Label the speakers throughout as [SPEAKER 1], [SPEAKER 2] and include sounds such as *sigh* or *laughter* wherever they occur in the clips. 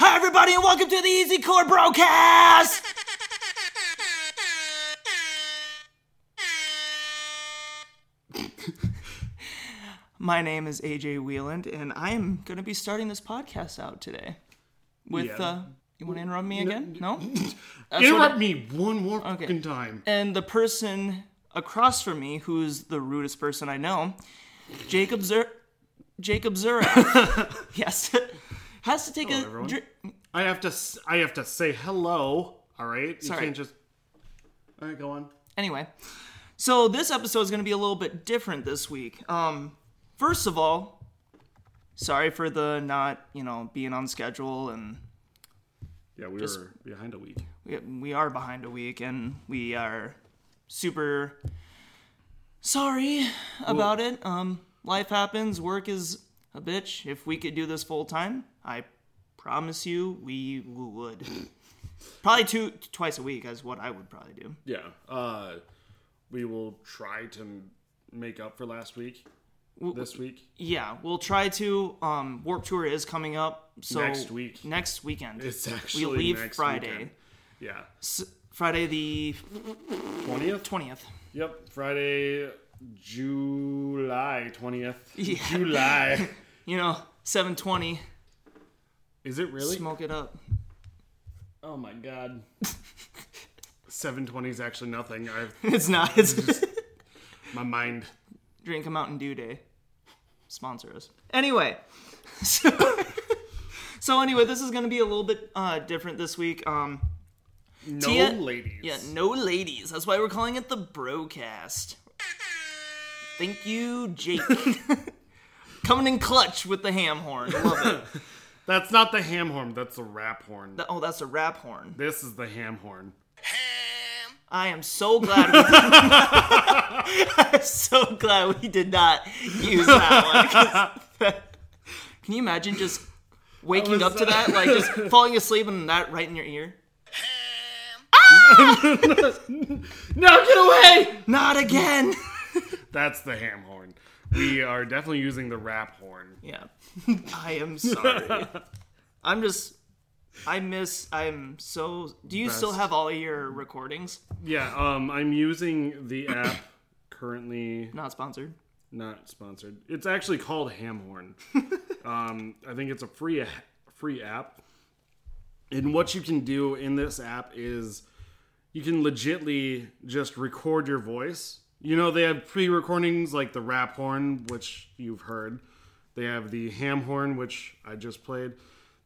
[SPEAKER 1] everybody, and welcome to the Easy Core Broadcast. My name is AJ Wieland, and I am going to be starting this podcast out today. With
[SPEAKER 2] Yeah.
[SPEAKER 1] uh, you want to interrupt me again? No.
[SPEAKER 2] *laughs*
[SPEAKER 1] That's what-
[SPEAKER 2] Interrupt me one more fucking time.
[SPEAKER 1] and the person across from me, who is the rudest person I know, Jacob Zur, Jacob
[SPEAKER 2] *laughs*
[SPEAKER 1] Zurath, yes, *laughs* has to take a
[SPEAKER 2] everyone.
[SPEAKER 1] dri-
[SPEAKER 2] I have to. s- I have to say hello. All right.
[SPEAKER 1] Sorry.
[SPEAKER 2] You can't just. All right, go on.
[SPEAKER 1] Anyway, so this episode is going to be a little bit different this week. Um, first of all, sorry for the not, you know, being on schedule, and
[SPEAKER 2] Yeah, we were behind a week.
[SPEAKER 1] we, we are behind a week, and we are super sorry about it. Um, life happens. Work is a bitch. If we could do this full time, I promise you, we would. probably two twice a week is what I would probably do.
[SPEAKER 2] Yeah. Uh, we will try to m- make up for last week. This week.
[SPEAKER 1] Yeah, we'll try to. Um, Warp Tour is coming up, so
[SPEAKER 2] Next week.
[SPEAKER 1] Next weekend.
[SPEAKER 2] It's
[SPEAKER 1] we
[SPEAKER 2] actually
[SPEAKER 1] leave
[SPEAKER 2] next
[SPEAKER 1] Friday.
[SPEAKER 2] weekend. Yeah.
[SPEAKER 1] S- Friday the
[SPEAKER 2] Twentieth.
[SPEAKER 1] twentieth.
[SPEAKER 2] Yep. Friday, July twentieth.
[SPEAKER 1] *laughs* Yeah.
[SPEAKER 2] July.
[SPEAKER 1] You know, seven twenty.
[SPEAKER 2] Is it really?
[SPEAKER 1] Smoke it up. *laughs*
[SPEAKER 2] Oh my god. Seven twenty is actually nothing. I've
[SPEAKER 1] It's not.
[SPEAKER 2] *laughs*
[SPEAKER 1] It's
[SPEAKER 2] my mind.
[SPEAKER 1] drink a Mountain Dew day. Sponsor us. Anyway, *laughs* so, so anyway, this is going to be a little bit uh, different this week. Um,
[SPEAKER 2] No
[SPEAKER 1] Tia-
[SPEAKER 2] ladies.
[SPEAKER 1] yeah, no ladies. That's why we're calling it the Brocast. Thank you,
[SPEAKER 2] *laughs*
[SPEAKER 1] Jake. Coming in clutch with the ham horn. Love it.
[SPEAKER 2] That's not the ham horn. That's the rap horn.
[SPEAKER 1] Th- Oh, that's a rap horn.
[SPEAKER 2] This is the ham horn.
[SPEAKER 1] I am so glad we did not. *laughs* I'm so glad we did not use that one. *laughs* 'cause that- Can you imagine just waking
[SPEAKER 2] was
[SPEAKER 1] up to
[SPEAKER 2] so-
[SPEAKER 1] that? Like *laughs* just falling asleep and that right in your ear?
[SPEAKER 2] No, get away!
[SPEAKER 1] Not *laughs* again!
[SPEAKER 2] That's the ham horn. We are definitely using the rap horn.
[SPEAKER 1] Yeah. I am sorry. I'm just. I miss. I'm so. Do you still
[SPEAKER 2] Best.
[SPEAKER 1] have all your recordings?
[SPEAKER 2] Yeah, um, I'm using *coughs* the app currently
[SPEAKER 1] Not sponsored.
[SPEAKER 2] not sponsored. It's actually called Ham *laughs* Horn. um, I think it's a free free app. And what you can do in this app is you can legitly just record your voice. You know, they have pre recordings like the rap horn, which you've heard. They have the ham horn, which I just played.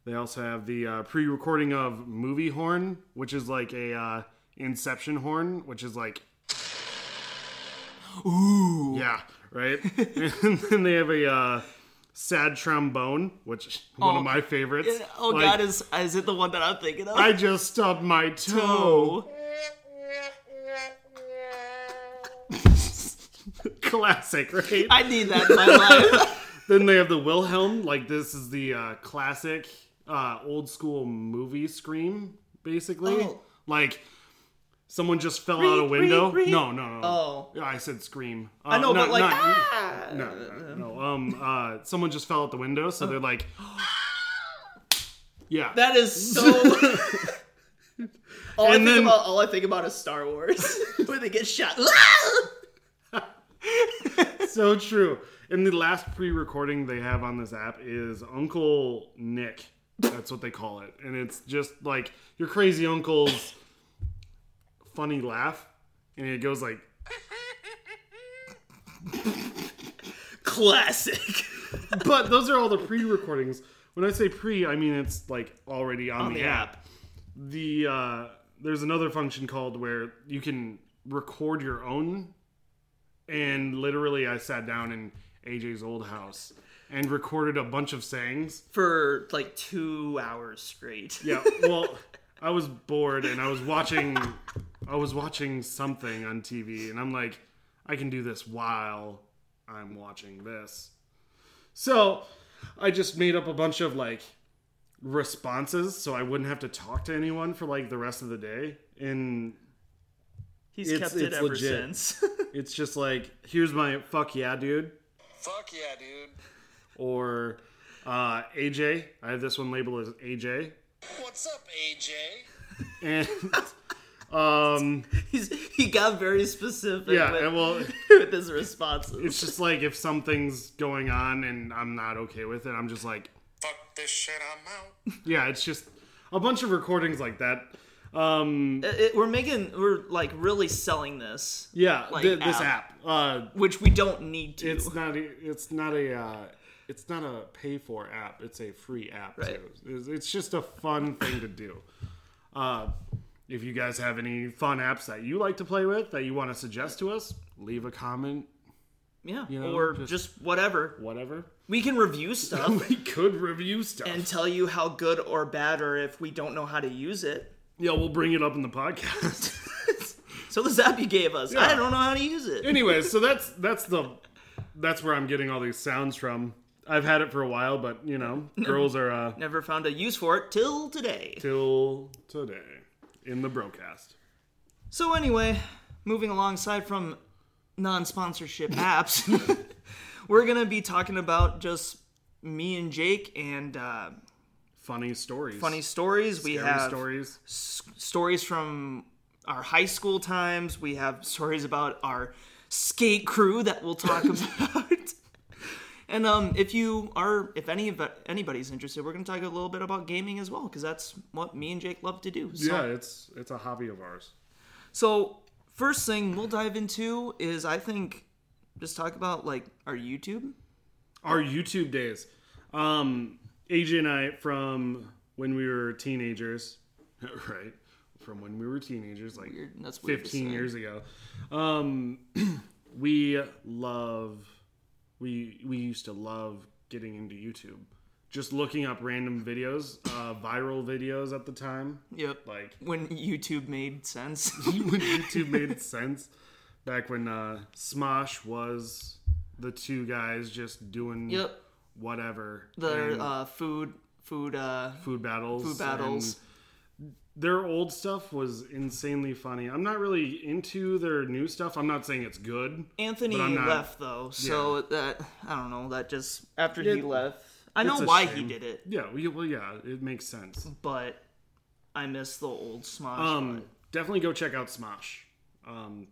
[SPEAKER 2] They also have the uh, pre recording of movie horn, which is like a uh, inception horn, which is like yeah, right. *laughs* and then they have a uh, sad trombone, which is one
[SPEAKER 1] Oh,
[SPEAKER 2] of my favorites.
[SPEAKER 1] Oh
[SPEAKER 2] Like,
[SPEAKER 1] God! Is is it the one that I'm thinking of?
[SPEAKER 2] I just stubbed my toe.
[SPEAKER 1] Oh.
[SPEAKER 2] *laughs* Classic, right?
[SPEAKER 1] I need that in my life.
[SPEAKER 2] then they have the Wilhelm. Like this is the uh, classic, uh, old school movie scream, basically.
[SPEAKER 1] Oh.
[SPEAKER 2] Like someone just fell out a
[SPEAKER 1] Ree,
[SPEAKER 2] window.
[SPEAKER 1] ree, ree.
[SPEAKER 2] No, no, no.
[SPEAKER 1] Oh.
[SPEAKER 2] Yeah, I said scream. Uh,
[SPEAKER 1] I know, but like, ah!
[SPEAKER 2] no, no, no. Um, uh, someone just fell out the window, so they're like, *gasps* yeah.
[SPEAKER 1] That is
[SPEAKER 2] *laughs*
[SPEAKER 1] so. all I
[SPEAKER 2] And
[SPEAKER 1] think
[SPEAKER 2] then-
[SPEAKER 1] about, all I think about is Star
[SPEAKER 2] *laughs*
[SPEAKER 1] Wars, where they get shot. *laughs*
[SPEAKER 2] so true. And the last pre-recording they have on this app is Uncle Nick. That's what they call it, and it's just like your crazy uncle's funny laugh, and it goes like,
[SPEAKER 1] Classic.
[SPEAKER 2] but those are all the pre-recordings. When I say pre, I mean it's like already on, the,
[SPEAKER 1] the
[SPEAKER 2] app. The uh, there's another function called where you can record your own, and literally I sat down in AJ's old house and recorded a bunch of sayings.
[SPEAKER 1] For like two hours straight.
[SPEAKER 2] Yeah, well, I was bored and I was watching I was watching something on TV and I'm like, I can do this while I'm watching this. So, I just made up a bunch of like responses so I wouldn't have to talk to anyone for like the rest of the day and
[SPEAKER 1] *laughs* He's
[SPEAKER 2] It's-
[SPEAKER 1] kept it
[SPEAKER 2] it's
[SPEAKER 1] ever
[SPEAKER 2] legit.
[SPEAKER 1] since. *laughs*
[SPEAKER 2] it's just like here's my fuck yeah dude
[SPEAKER 3] Fuck yeah, dude.
[SPEAKER 2] or uh AJ, I have this one labeled as AJ
[SPEAKER 3] What's up, AJ?
[SPEAKER 2] And *laughs* um,
[SPEAKER 1] He's, he got very specific
[SPEAKER 2] yeah,
[SPEAKER 1] with,
[SPEAKER 2] and well,
[SPEAKER 1] *laughs* with his responses.
[SPEAKER 2] it's just like if something's going on and I'm not okay with it, I'm just like,
[SPEAKER 3] Fuck this shit, I'm out.
[SPEAKER 2] yeah, it's just a bunch of recordings like that. Um,
[SPEAKER 1] It- it- we're making, we're like really selling this,
[SPEAKER 2] yeah,
[SPEAKER 1] Like
[SPEAKER 2] thi- this
[SPEAKER 1] app.
[SPEAKER 2] app. Uh,
[SPEAKER 1] which we don't need to.
[SPEAKER 2] it's not. A, it's not a. Uh, it's not a pay for app. It's a free app.
[SPEAKER 1] Right.
[SPEAKER 2] So it's, it's just a fun thing to do. Uh, if you guys have any fun apps that you like to play with that you want to suggest to us, leave a comment,
[SPEAKER 1] yeah,
[SPEAKER 2] know,
[SPEAKER 1] or
[SPEAKER 2] just-
[SPEAKER 1] just, whatever.
[SPEAKER 2] whatever.
[SPEAKER 1] We can review stuff
[SPEAKER 2] *laughs* We could review stuff.
[SPEAKER 1] and tell you how good or bad, or if we don't know how to use it.
[SPEAKER 2] yeah, we'll bring it up in the podcast.
[SPEAKER 1] So this app you gave us, I
[SPEAKER 2] Yeah.
[SPEAKER 1] don't know how to use it.
[SPEAKER 2] anyway, so that's that's the that's where I'm getting all these sounds from. I've had it for a while, but you know, girls are uh,
[SPEAKER 1] Never found a use for it till today.
[SPEAKER 2] till today in the broadcast.
[SPEAKER 1] So anyway, moving alongside from
[SPEAKER 2] *laughs*
[SPEAKER 1] non-sponsorship apps, *laughs* we're gonna be talking about just me and Jake and uh,
[SPEAKER 2] Funny stories.
[SPEAKER 1] funny stories. We
[SPEAKER 2] Scary
[SPEAKER 1] have
[SPEAKER 2] stories.
[SPEAKER 1] stories from our high school times. We have stories about our skate crew that we'll
[SPEAKER 2] *laughs*
[SPEAKER 1] talk about. And um, if you are, if any of anybody's interested, we're going to talk a little bit about gaming as well, because that's what me and Jake love to do. So,
[SPEAKER 2] Yeah, it's it's a hobby of ours.
[SPEAKER 1] so first thing we'll dive into is I think just talk about like our YouTube.
[SPEAKER 2] Our YouTube days. Um AJ and I from when we were teenagers, *laughs* right? From when we were teenagers, like
[SPEAKER 1] Weird, that's weird to
[SPEAKER 2] 15
[SPEAKER 1] say.
[SPEAKER 2] years ago. Um, *clears throat* we love we we used to love getting into YouTube. Just looking up random videos, uh, viral videos at the time,
[SPEAKER 1] Yep.
[SPEAKER 2] like *laughs*
[SPEAKER 1] When YouTube made sense.
[SPEAKER 2] when
[SPEAKER 1] *laughs*
[SPEAKER 2] YouTube made sense. Back when uh, Smosh was the two guys just doing
[SPEAKER 1] yep.
[SPEAKER 2] whatever
[SPEAKER 1] The
[SPEAKER 2] and
[SPEAKER 1] uh, food, food, uh,
[SPEAKER 2] food battles,
[SPEAKER 1] food battles.
[SPEAKER 2] and their old stuff was insanely funny. I'm not really into their new stuff. I'm not saying it's good.
[SPEAKER 1] Anthony
[SPEAKER 2] But I'm not-
[SPEAKER 1] left though, so that I don't know. That just after he
[SPEAKER 2] It-
[SPEAKER 1] left, I
[SPEAKER 2] it's
[SPEAKER 1] know
[SPEAKER 2] a
[SPEAKER 1] why he
[SPEAKER 2] shame.
[SPEAKER 1] did it,
[SPEAKER 2] Yeah, we, well, yeah, it makes sense.
[SPEAKER 1] but I miss the old Smosh.
[SPEAKER 2] Um,
[SPEAKER 1] vibe.
[SPEAKER 2] definitely go check out Smosh. Um,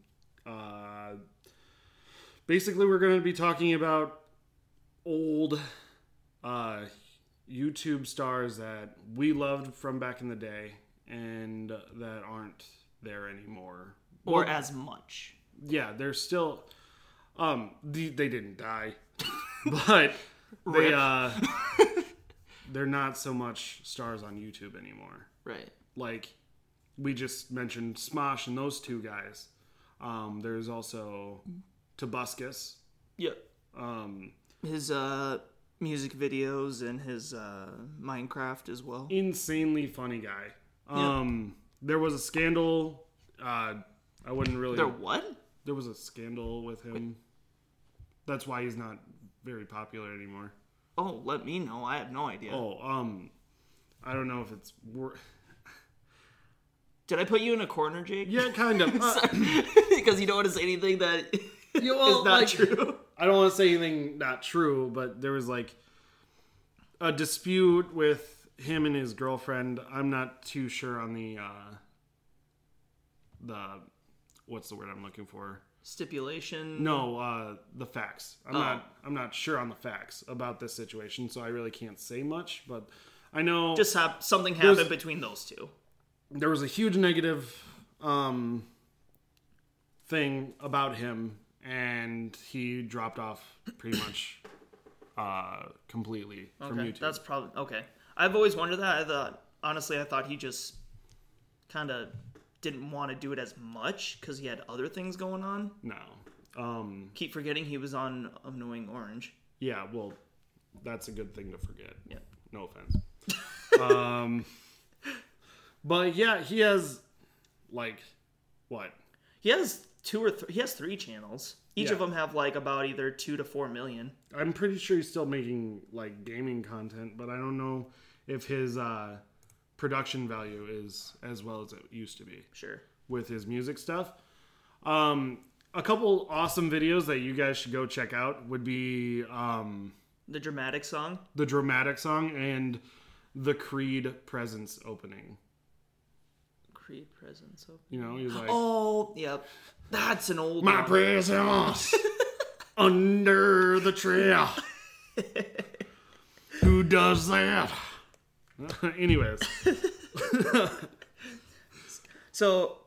[SPEAKER 2] uh, basically, we're going to be talking about old uh, YouTube stars that we loved from back in the day and that aren't there anymore.
[SPEAKER 1] or as much.
[SPEAKER 2] Yeah, they're still. Um, the, they didn't die, *laughs* but they
[SPEAKER 1] Rip.
[SPEAKER 2] uh, they're not so much stars on YouTube anymore
[SPEAKER 1] Right.
[SPEAKER 2] like we just mentioned Smosh and those two guys. Um, there's also Tobuscus.
[SPEAKER 1] Yep.
[SPEAKER 2] Um,
[SPEAKER 1] His uh music videos and his uh Minecraft as well.
[SPEAKER 2] insanely funny guy. Um, There was a scandal. Uh, I wouldn't really.
[SPEAKER 1] They're
[SPEAKER 2] There,
[SPEAKER 1] what?
[SPEAKER 2] was a scandal with him. That's why he's not very popular anymore.
[SPEAKER 1] Oh, let me know. I have no idea.
[SPEAKER 2] Oh, um, I don't know if it's. Wor-
[SPEAKER 1] Did I put you in a corner, Jake?
[SPEAKER 2] yeah, kind of. *laughs* Uh,
[SPEAKER 1] *laughs* because you don't want to say anything that *laughs* is
[SPEAKER 2] you all,
[SPEAKER 1] not
[SPEAKER 2] like-
[SPEAKER 1] true.
[SPEAKER 2] I don't want to say anything not true, but there was like a dispute with him and his girlfriend. I'm not too sure on the uh the what's the word I'm looking for?
[SPEAKER 1] Stipulation.
[SPEAKER 2] No, uh the facts. I'm
[SPEAKER 1] Oh.
[SPEAKER 2] not I'm not sure on the facts about this situation, so I really can't say much, but I know
[SPEAKER 1] Just have something happened between those two.
[SPEAKER 2] there was a huge negative um thing about him and he dropped off pretty much uh completely from
[SPEAKER 1] Okay,
[SPEAKER 2] YouTube.
[SPEAKER 1] that's probably okay. I've always wondered that. I thought honestly, I thought he just kind of didn't want to do it as much because he had other things going on.
[SPEAKER 2] No. Um
[SPEAKER 1] Keep forgetting he was on Annoying Orange.
[SPEAKER 2] yeah, well that's a good thing to forget.
[SPEAKER 1] Yeah,
[SPEAKER 2] No offense. um *laughs* but yeah, he has like what?
[SPEAKER 1] he has two or th- he has three channels. Each of
[SPEAKER 2] Yeah.
[SPEAKER 1] them have like about either two to four million.
[SPEAKER 2] I'm pretty sure he's still making like gaming content, but I don't know if his uh production value is as well as it used to be.
[SPEAKER 1] Sure.
[SPEAKER 2] with his music stuff. Um, a couple awesome videos that you guys should go check out would be um,
[SPEAKER 1] The dramatic song.
[SPEAKER 2] the dramatic song and the Creed presence opening.
[SPEAKER 1] Creed presence open.
[SPEAKER 2] You know, he's like,
[SPEAKER 1] Oh, yep. That's an old
[SPEAKER 2] my
[SPEAKER 1] one.
[SPEAKER 2] presence under the tree. Who does that? *laughs* Anyways,
[SPEAKER 1] So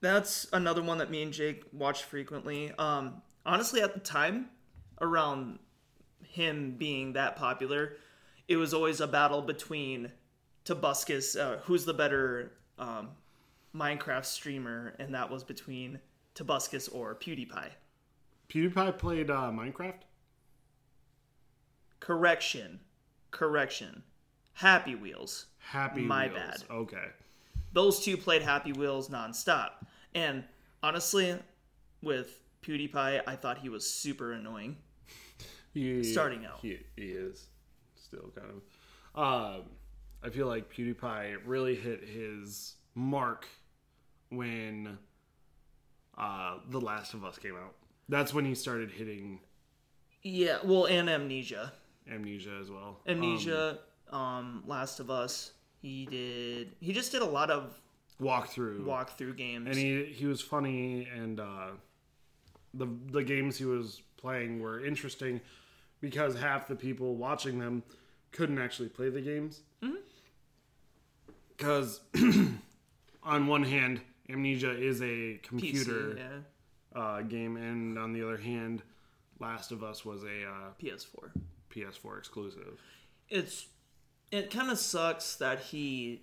[SPEAKER 1] that's another one that me and Jake watched frequently. Um, honestly, at the time, around him being that popular, it was always a battle between Tobuscus, uh, who's the better um, Minecraft streamer, and that was between Tobuscus or PewDiePie.
[SPEAKER 2] PewDiePie played uh, Minecraft.
[SPEAKER 1] Correction, correction. Happy Wheels.
[SPEAKER 2] Happy
[SPEAKER 1] My
[SPEAKER 2] Wheels.
[SPEAKER 1] bad.
[SPEAKER 2] Okay.
[SPEAKER 1] those two played Happy Wheels nonstop. And honestly, with PewDiePie, I thought he was super annoying.
[SPEAKER 2] He,
[SPEAKER 1] Starting out.
[SPEAKER 2] he, he is still kind of. Um, I feel like PewDiePie really hit his mark when uh, The Last of Us came out. That's when he started hitting
[SPEAKER 1] Yeah, well, and Amnesia.
[SPEAKER 2] Amnesia as well. Uh,
[SPEAKER 1] Amnesia, um, Last of Us. He did. He just did a lot of
[SPEAKER 2] walkthrough,
[SPEAKER 1] walkthrough games.
[SPEAKER 2] and he he was funny, and uh, the the games he was playing were interesting because half the people watching them couldn't actually play the games. Because *clears throat* on one hand, Amnesia is a
[SPEAKER 1] PC,
[SPEAKER 2] computer
[SPEAKER 1] yeah,
[SPEAKER 2] uh, game, and on the other hand, Last of Us was a uh,
[SPEAKER 1] PS4.
[SPEAKER 2] PS4 exclusive.
[SPEAKER 1] It's it kind of sucks that he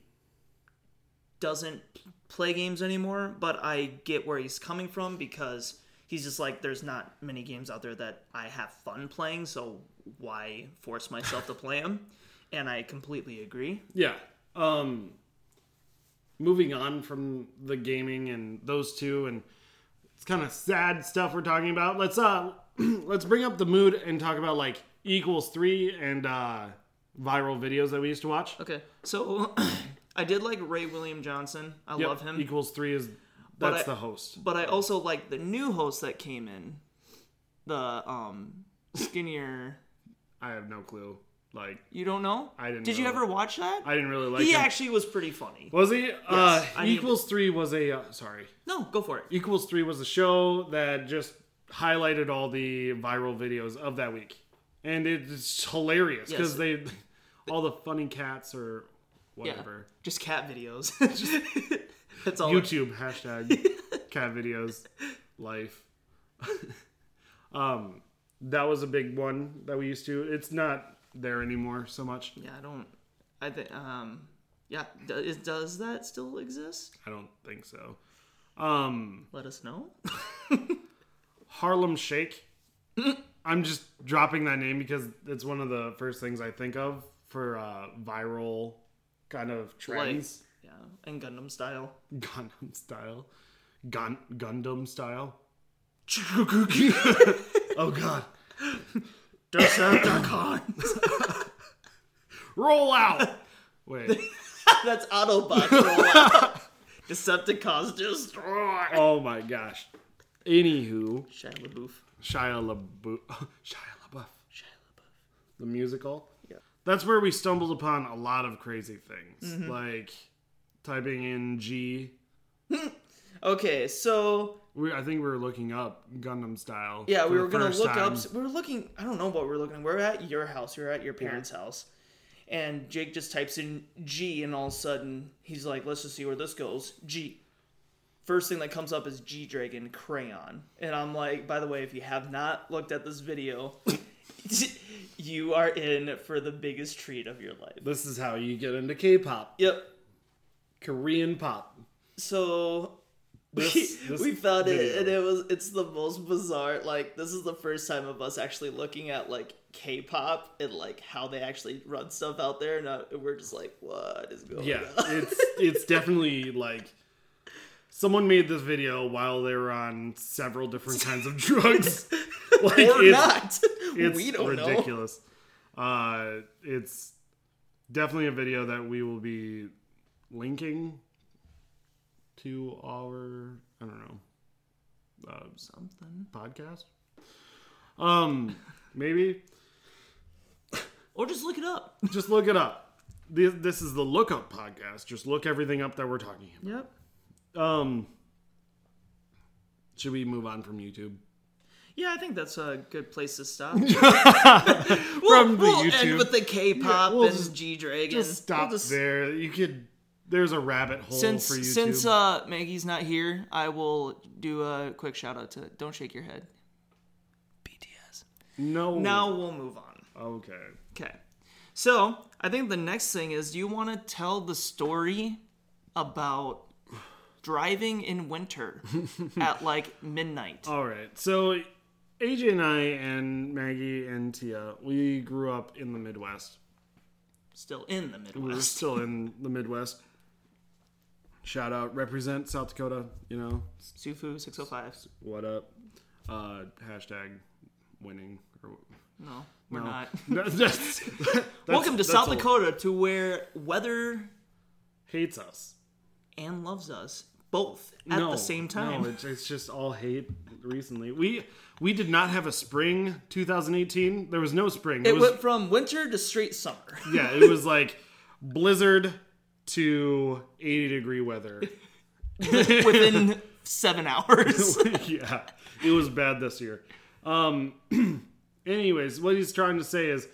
[SPEAKER 1] doesn't play games anymore, but I get where he's coming from because he's just like, there's not many games out there that I have fun playing, so why force myself to play them? And I completely agree.
[SPEAKER 2] Yeah. Um moving on from the gaming and those two and it's kind of sad stuff we're talking about. Let's uh *clears throat* let's bring up the mood and talk about like equals 3 and uh viral videos that we used to watch.
[SPEAKER 1] Okay, so *clears throat* I did like Ray William Johnson. I
[SPEAKER 2] Yep,
[SPEAKER 1] love him,
[SPEAKER 2] Equals 3 is that's
[SPEAKER 1] I-
[SPEAKER 2] the host.
[SPEAKER 1] but I also like the new host that came in, the um skinnier.
[SPEAKER 2] I have no clue. Like
[SPEAKER 1] You don't know?
[SPEAKER 2] I didn't
[SPEAKER 1] Did you
[SPEAKER 2] know.
[SPEAKER 1] ever watch that?
[SPEAKER 2] I didn't really like
[SPEAKER 1] he
[SPEAKER 2] him.
[SPEAKER 1] actually was pretty funny.
[SPEAKER 2] was he? uh,
[SPEAKER 1] I mean-
[SPEAKER 2] equals three was a uh, sorry.
[SPEAKER 1] No, go for it.
[SPEAKER 2] Equals three was a show that just highlighted all the viral videos of that week, and it's hilarious
[SPEAKER 1] Yes.
[SPEAKER 2] because they, *laughs* all the funny cats or whatever
[SPEAKER 1] Just cat videos. *laughs* That's all.
[SPEAKER 2] YouTube hashtag cat videos life. *laughs* um, that was a big one that we used to. It's not there anymore so much.
[SPEAKER 1] yeah, I don't. I think. Um. Yeah. d- is- Does that still exist?
[SPEAKER 2] I don't think so. Um,
[SPEAKER 1] Let us know.
[SPEAKER 2] Harlem Shake. I'm just dropping that name because it's one of the first things I think of for uh, viral kind of trends.
[SPEAKER 1] Yeah. And Gundam
[SPEAKER 2] *laughs*
[SPEAKER 1] style.
[SPEAKER 2] Gundam style. Gun- Gundam style. Oh, God.
[SPEAKER 1] Decepticons.
[SPEAKER 2] *laughs* Roll out! Wait.
[SPEAKER 1] That's Autobot. rollout.
[SPEAKER 2] *laughs*
[SPEAKER 1] Decepticons destroy.
[SPEAKER 2] Oh, my gosh. Anywho,
[SPEAKER 1] Shia LaBeouf.
[SPEAKER 2] Shia LaBeouf. *laughs* Shia LaBeouf.
[SPEAKER 1] Shia LaBeouf.
[SPEAKER 2] The musical.
[SPEAKER 1] Yeah.
[SPEAKER 2] That's where we stumbled upon a lot of crazy things.
[SPEAKER 1] Mm-hmm.
[SPEAKER 2] Like typing in G.
[SPEAKER 1] Okay, so
[SPEAKER 2] We, I think we were looking up Gundam style.
[SPEAKER 1] Yeah,
[SPEAKER 2] for
[SPEAKER 1] we
[SPEAKER 2] the
[SPEAKER 1] were gonna
[SPEAKER 2] first
[SPEAKER 1] look
[SPEAKER 2] time.
[SPEAKER 1] up. We were looking. I don't know what we were looking. We're at your house. We're at your parents' house, and Jake just types in G, and all of a sudden he's like, "Let's just see where this goes." G. First thing that comes up is G Dragon crayon, and I'm like, by the way, if you have not looked at this video, *laughs* you are in for the biggest treat of your life.
[SPEAKER 2] This is how you get into K-pop,
[SPEAKER 1] Yep.
[SPEAKER 2] Korean pop.
[SPEAKER 1] So *laughs*
[SPEAKER 2] This-
[SPEAKER 1] we,
[SPEAKER 2] this
[SPEAKER 1] we found
[SPEAKER 2] video.
[SPEAKER 1] it and it was it's the most bizarre like this is the first time of us actually looking at like k-pop and like how they actually run stuff out there and uh, we're just like what is going
[SPEAKER 2] Yeah,
[SPEAKER 1] *laughs* on
[SPEAKER 2] it's it's definitely like someone made this video while they were on several different kinds of drugs.
[SPEAKER 1] *laughs*
[SPEAKER 2] like
[SPEAKER 1] or
[SPEAKER 2] it's,
[SPEAKER 1] not *laughs*
[SPEAKER 2] it's
[SPEAKER 1] we don't know
[SPEAKER 2] ridiculous. Uh, it's definitely a video that we will be linking to our I don't know uh,
[SPEAKER 1] something
[SPEAKER 2] podcast. Um, maybe
[SPEAKER 1] or just look it up
[SPEAKER 2] just look it up. This, this is the lookup podcast. Just look everything up that we're talking about.
[SPEAKER 1] Yep.
[SPEAKER 2] Um, should we move on from YouTube?
[SPEAKER 1] Yeah, I think that's a good place to *laughs* stop. we'll,
[SPEAKER 2] From the
[SPEAKER 1] we'll
[SPEAKER 2] YouTube.
[SPEAKER 1] end with the K-pop
[SPEAKER 2] Yeah, we'll
[SPEAKER 1] and
[SPEAKER 2] just-
[SPEAKER 1] G Dragon.
[SPEAKER 2] Just stop there. You could. There's a rabbit hole
[SPEAKER 1] Since
[SPEAKER 2] for YouTube.
[SPEAKER 1] since uh, Maggie's not here, I will do a quick shout out to "Don't Shake Your Head." BTS.
[SPEAKER 2] no.
[SPEAKER 1] Now we'll move on.
[SPEAKER 2] Okay.
[SPEAKER 1] Okay. So I think the next thing is, do you want to tell the story about driving in
[SPEAKER 2] *laughs*
[SPEAKER 1] winter at like midnight?
[SPEAKER 2] All right. So, AJ and I and Maggie and Tia, we grew up in the Midwest.
[SPEAKER 1] Still in the
[SPEAKER 2] We're
[SPEAKER 1] Midwest.
[SPEAKER 2] still in the Midwest. Shout out, represent South Dakota. You know,
[SPEAKER 1] Sufu six hundred five.
[SPEAKER 2] what up? Uh, hashtag winning. Or,
[SPEAKER 1] No, we're
[SPEAKER 2] No.
[SPEAKER 1] not.
[SPEAKER 2] *laughs* That's- that's-
[SPEAKER 1] Welcome to
[SPEAKER 2] that's
[SPEAKER 1] South
[SPEAKER 2] old.
[SPEAKER 1] Dakota, to where weather
[SPEAKER 2] Hates us.
[SPEAKER 1] and loves us both at the same time.
[SPEAKER 2] No, it's, it's just all hate recently. We we did not have a spring 2018. There was no spring. It,
[SPEAKER 1] it
[SPEAKER 2] was
[SPEAKER 1] went from winter to straight summer. *laughs*
[SPEAKER 2] yeah, it was like blizzard to 80 degree weather. *laughs*
[SPEAKER 1] within seven
[SPEAKER 2] *laughs*
[SPEAKER 1] hours.
[SPEAKER 2] yeah, it was bad this year. Um, *clears throat* anyways, what he's trying to say is,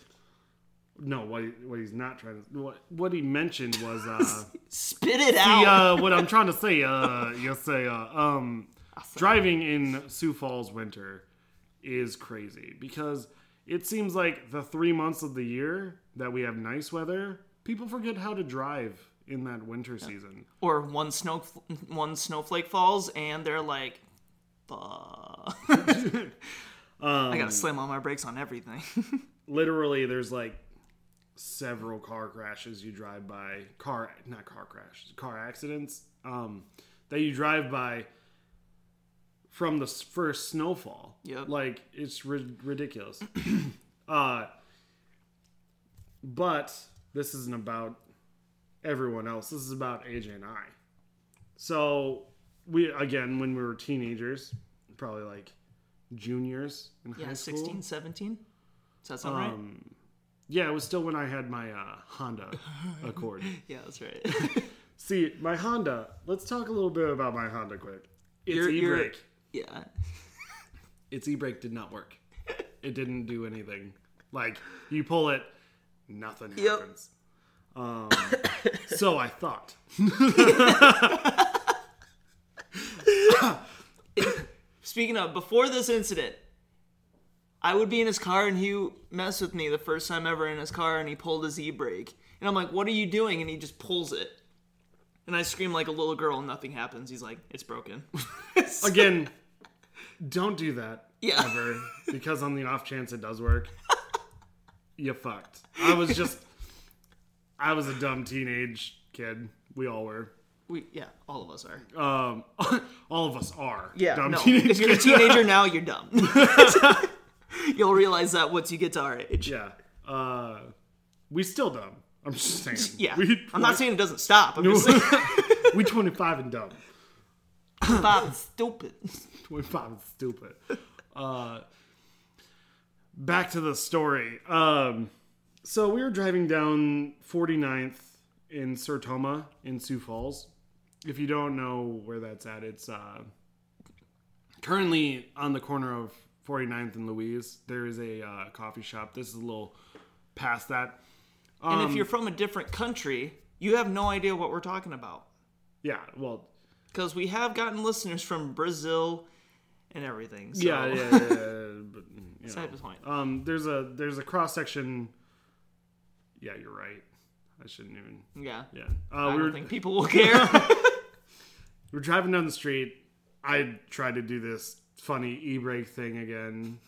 [SPEAKER 2] no, what he, what he's not trying to what what he mentioned was uh,
[SPEAKER 1] Spit it
[SPEAKER 2] the,
[SPEAKER 1] out.
[SPEAKER 2] uh what I'm trying to say uh you say uh um driving in Sioux Falls winter is crazy because it seems like the three months of the year that we have nice weather, people forget how to drive in that winter season.
[SPEAKER 1] or one snow one snowflake falls and they're like, "Fuck."
[SPEAKER 2] *laughs*
[SPEAKER 1] I
[SPEAKER 2] Um,
[SPEAKER 1] gotta slam on my brakes on everything.
[SPEAKER 2] literally there's like several car crashes you drive by car not car crashes car accidents um that you drive by from the s- first snowfall
[SPEAKER 1] Yep.
[SPEAKER 2] like it's ri- ridiculous *clears throat* uh but this isn't about everyone else this is about aj and i so we again when we were teenagers probably like juniors in
[SPEAKER 1] yeah,
[SPEAKER 2] high school Um,
[SPEAKER 1] 16, 17? Does that sound right?
[SPEAKER 2] yeah, it was still when I had my uh, Honda Accord.
[SPEAKER 1] Yeah, that's right. *laughs*
[SPEAKER 2] See, my Honda. Let's talk a little bit about my Honda quick. Its
[SPEAKER 1] You're-
[SPEAKER 2] e
[SPEAKER 1] you're-
[SPEAKER 2] brake.
[SPEAKER 1] yeah.
[SPEAKER 2] Its e brake did not work. *laughs* It didn't do anything. Like you pull it, nothing
[SPEAKER 1] Yep.
[SPEAKER 2] happens. Um, so I thought.
[SPEAKER 1] Speaking of, before this incident, I would be in his car and he messed with me the first time ever in his car and he pulled his e brake. And I'm like, what are you doing? And he just pulls it. And I scream like a little girl and nothing happens. He's like, it's
[SPEAKER 2] *laughs*
[SPEAKER 1] broken.
[SPEAKER 2] Again, don't do that
[SPEAKER 1] Yeah.
[SPEAKER 2] ever because on the off chance it does work, you fucked. I was just, I was a dumb teenage kid. We all were.
[SPEAKER 1] We, yeah, all of us are.
[SPEAKER 2] Um, *laughs* all of us are. dumb
[SPEAKER 1] no.
[SPEAKER 2] teenage
[SPEAKER 1] if
[SPEAKER 2] *laughs*
[SPEAKER 1] you're a
[SPEAKER 2] kids.
[SPEAKER 1] teenager now, you're
[SPEAKER 2] *laughs*
[SPEAKER 1] dumb. You'll realize that once you get to our age.
[SPEAKER 2] yeah. Uh, we still dumb. I'm just saying.
[SPEAKER 1] *laughs* Yeah.
[SPEAKER 2] We,
[SPEAKER 1] I'm not saying it doesn't stop. I'm just saying
[SPEAKER 2] *laughs* we 25 and dumb.
[SPEAKER 1] Bob is stupid.
[SPEAKER 2] 25 is stupid. Uh, back to the story. Um, so we were driving down 49th in Sertoma in Sioux Falls. If you don't know where that's at, it's uh, currently on the corner of 49th and Louise. There is a uh, coffee shop. This is a little past that. Um,
[SPEAKER 1] and if you're from a different country, you have no idea what we're talking about.
[SPEAKER 2] Yeah, well,
[SPEAKER 1] because we have gotten listeners from Brazil and everything. So
[SPEAKER 2] yeah, yeah, yeah, yeah, yeah, but, mm, you
[SPEAKER 1] *laughs*
[SPEAKER 2] know.
[SPEAKER 1] Beside the point.
[SPEAKER 2] Um, there's a there's a cross section. Yeah, you're right. I shouldn't even.
[SPEAKER 1] Yeah.
[SPEAKER 2] Yeah,
[SPEAKER 1] I
[SPEAKER 2] uh, we
[SPEAKER 1] don't
[SPEAKER 2] were
[SPEAKER 1] think people will care.
[SPEAKER 2] *laughs*
[SPEAKER 1] *laughs*
[SPEAKER 2] we're driving down the street. I tried to do this funny e brake thing again,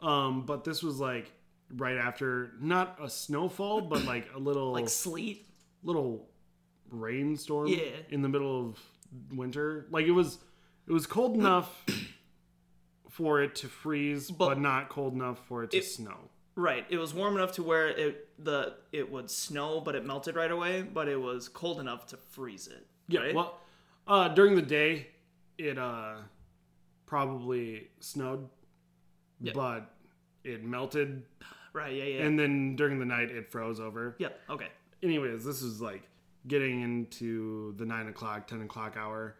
[SPEAKER 2] um, but this was like right after not a
[SPEAKER 1] *coughs*
[SPEAKER 2] snowfall, but like a little
[SPEAKER 1] like sleet.
[SPEAKER 2] little rainstorm
[SPEAKER 1] Yeah.
[SPEAKER 2] in the middle of winter. Like it was it was cold
[SPEAKER 1] *coughs*
[SPEAKER 2] enough for it to freeze, but, not cold enough for it to snow.
[SPEAKER 1] Right. It was warm enough to where it the it would snow, but it melted right away. But it was cold enough to freeze it.
[SPEAKER 2] Yeah.
[SPEAKER 1] right?
[SPEAKER 2] Well, uh, during the day, it uh, probably snowed, but it melted,
[SPEAKER 1] Right. Yeah. Yeah.
[SPEAKER 2] and then during the night, it froze over.
[SPEAKER 1] yeah. Okay.
[SPEAKER 2] anyways, this is like getting into the nine o'clock, ten o'clock hour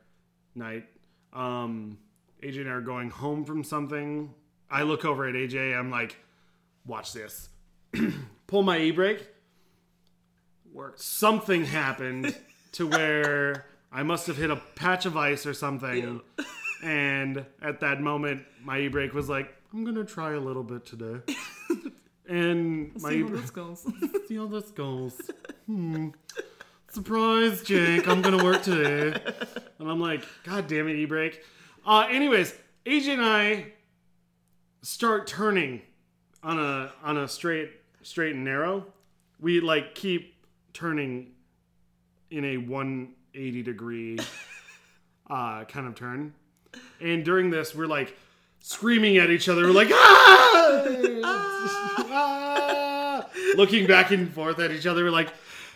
[SPEAKER 2] night. Um, AJ and I are going home from something. I look over at AJ. I'm like, watch this. *clears throat* Pull my e brake.
[SPEAKER 1] Works.
[SPEAKER 2] *laughs* Something happened to where I must have hit a patch of ice or something. and at that moment, my e brake was like, I'm gonna try a little bit *laughs* today. and my
[SPEAKER 1] See
[SPEAKER 2] e
[SPEAKER 1] how
[SPEAKER 2] brake
[SPEAKER 1] this *laughs* goes.
[SPEAKER 2] see how this goes. Hmm. Surprise, Jake. I'm gonna work today. And I'm like, God damn it, e-brake. Uh, anyways, AJ and I start turning on a on a straight straight and narrow. We like keep turning in a 180 degree uh, kind of turn. And during this, we're like screaming at each other. We're like, ah! *laughs* Ah! looking back and forth at each other. We're like,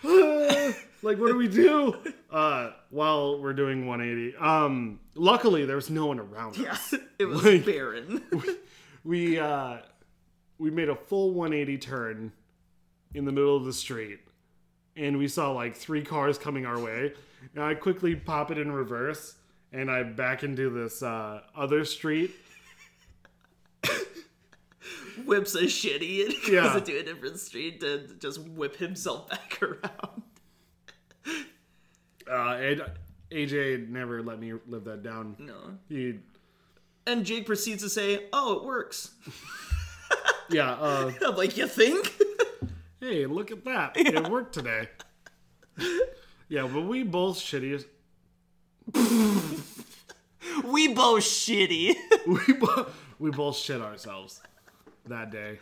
[SPEAKER 2] ah! like, what do we do? Uh, while we're doing 180. Um, luckily, there was no one around us.
[SPEAKER 1] *laughs* it was
[SPEAKER 2] Like- *laughs*
[SPEAKER 1] barren.
[SPEAKER 2] We uh, we made a full 180 turn in the middle of the street, and we saw like three cars coming our way. And I quickly pop it in reverse, and I back into this uh, other street.
[SPEAKER 1] *laughs* Whips a shitty *laughs* and goes
[SPEAKER 2] Yeah.
[SPEAKER 1] into a different street to just whip himself *laughs* back around.
[SPEAKER 2] Uh, and AJ never let me live that down.
[SPEAKER 1] No.
[SPEAKER 2] He,
[SPEAKER 1] And Jake proceeds to say, "Oh, it works." *laughs*
[SPEAKER 2] yeah. Uh,
[SPEAKER 1] I'm like, "You think?" *laughs*
[SPEAKER 2] hey, look at that! It worked today. yeah, but we both shitty.
[SPEAKER 1] we both shitty.
[SPEAKER 2] *laughs*
[SPEAKER 1] *laughs*
[SPEAKER 2] We both we both shit ourselves that day.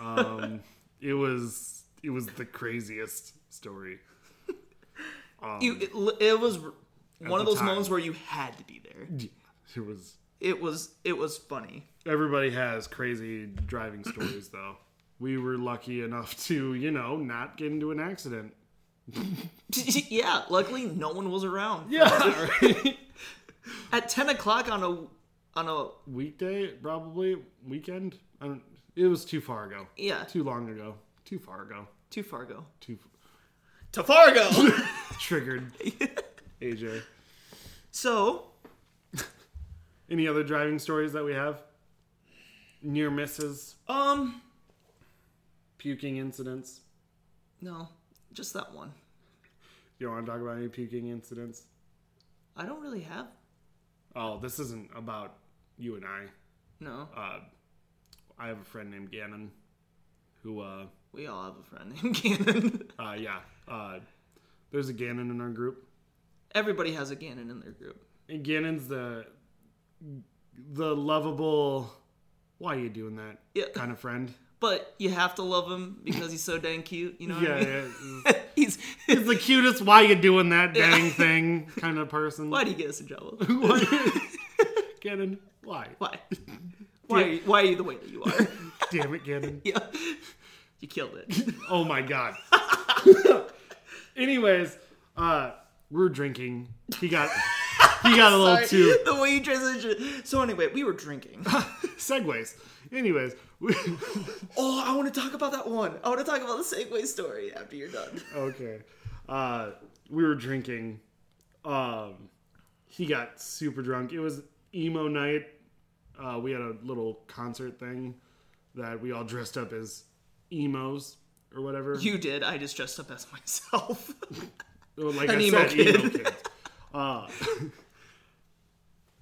[SPEAKER 2] Um, it was it was the craziest story.
[SPEAKER 1] you, it, l- it was r- one of
[SPEAKER 2] the
[SPEAKER 1] those
[SPEAKER 2] time.
[SPEAKER 1] moments where you had to be there.
[SPEAKER 2] It was.
[SPEAKER 1] It was it was funny. *laughs*
[SPEAKER 2] Everybody has crazy driving stories, though. We were lucky enough to, you know, not get into an accident.
[SPEAKER 1] yeah, luckily no one was around.
[SPEAKER 2] Yeah, right.
[SPEAKER 1] At ten o'clock on a on a
[SPEAKER 2] *laughs* weekday probably weekend I don't, it was too far ago
[SPEAKER 1] yeah
[SPEAKER 2] too long ago too far ago
[SPEAKER 1] to Fargo.
[SPEAKER 2] too
[SPEAKER 1] To Fargo.
[SPEAKER 2] *laughs* triggered aj
[SPEAKER 1] *laughs* so
[SPEAKER 2] any other driving stories that we have near misses
[SPEAKER 1] um
[SPEAKER 2] puking incidents
[SPEAKER 1] no, just that one.
[SPEAKER 2] you want to talk about any puking incidents
[SPEAKER 1] I don't really have
[SPEAKER 2] oh this isn't about you and i
[SPEAKER 1] no.
[SPEAKER 2] uh, i have a friend named gannon who uh,
[SPEAKER 1] We all have a friend *laughs* named Gannon.
[SPEAKER 2] uh yeah uh, there's a gannon in our group
[SPEAKER 1] Everybody has a Gannon in their group.
[SPEAKER 2] And Gannon's the the lovable why are you doing that
[SPEAKER 1] Yeah.
[SPEAKER 2] kind of
[SPEAKER 1] *laughs*
[SPEAKER 2] friend.
[SPEAKER 1] But you have to love him because he's so dang cute, you know what
[SPEAKER 2] Yeah,
[SPEAKER 1] I mean?
[SPEAKER 2] yeah.
[SPEAKER 1] *laughs* he's
[SPEAKER 2] He's the cutest why you doing that dang thing kind of person.
[SPEAKER 1] why do you get us in
[SPEAKER 2] *laughs*
[SPEAKER 1] trouble?
[SPEAKER 2] Gannon, why?
[SPEAKER 1] Why? Why, are you, why are you the way that you are?
[SPEAKER 2] Damn it, Gannon.
[SPEAKER 1] *laughs* yeah. You killed it. *laughs*
[SPEAKER 2] Oh my god. Anyways, uh we were drinking.
[SPEAKER 1] *laughs*
[SPEAKER 2] He got he got a little too
[SPEAKER 1] the way you transition. So anyway, we were *laughs* drinking.
[SPEAKER 2] segues. Anyways, we, *laughs*
[SPEAKER 1] oh, I want to talk about that one. I want to talk about the Segway story after you're done.
[SPEAKER 2] okay. Uh, we were drinking. Um, he got super drunk. It was emo night. Uh, we had a little concert thing that we all dressed up as emos or whatever.
[SPEAKER 1] *laughs* You did. I just dressed up as myself.
[SPEAKER 2] Or like
[SPEAKER 1] an
[SPEAKER 2] I
[SPEAKER 1] emo
[SPEAKER 2] said,
[SPEAKER 1] kid.
[SPEAKER 2] emo kids.
[SPEAKER 1] *laughs*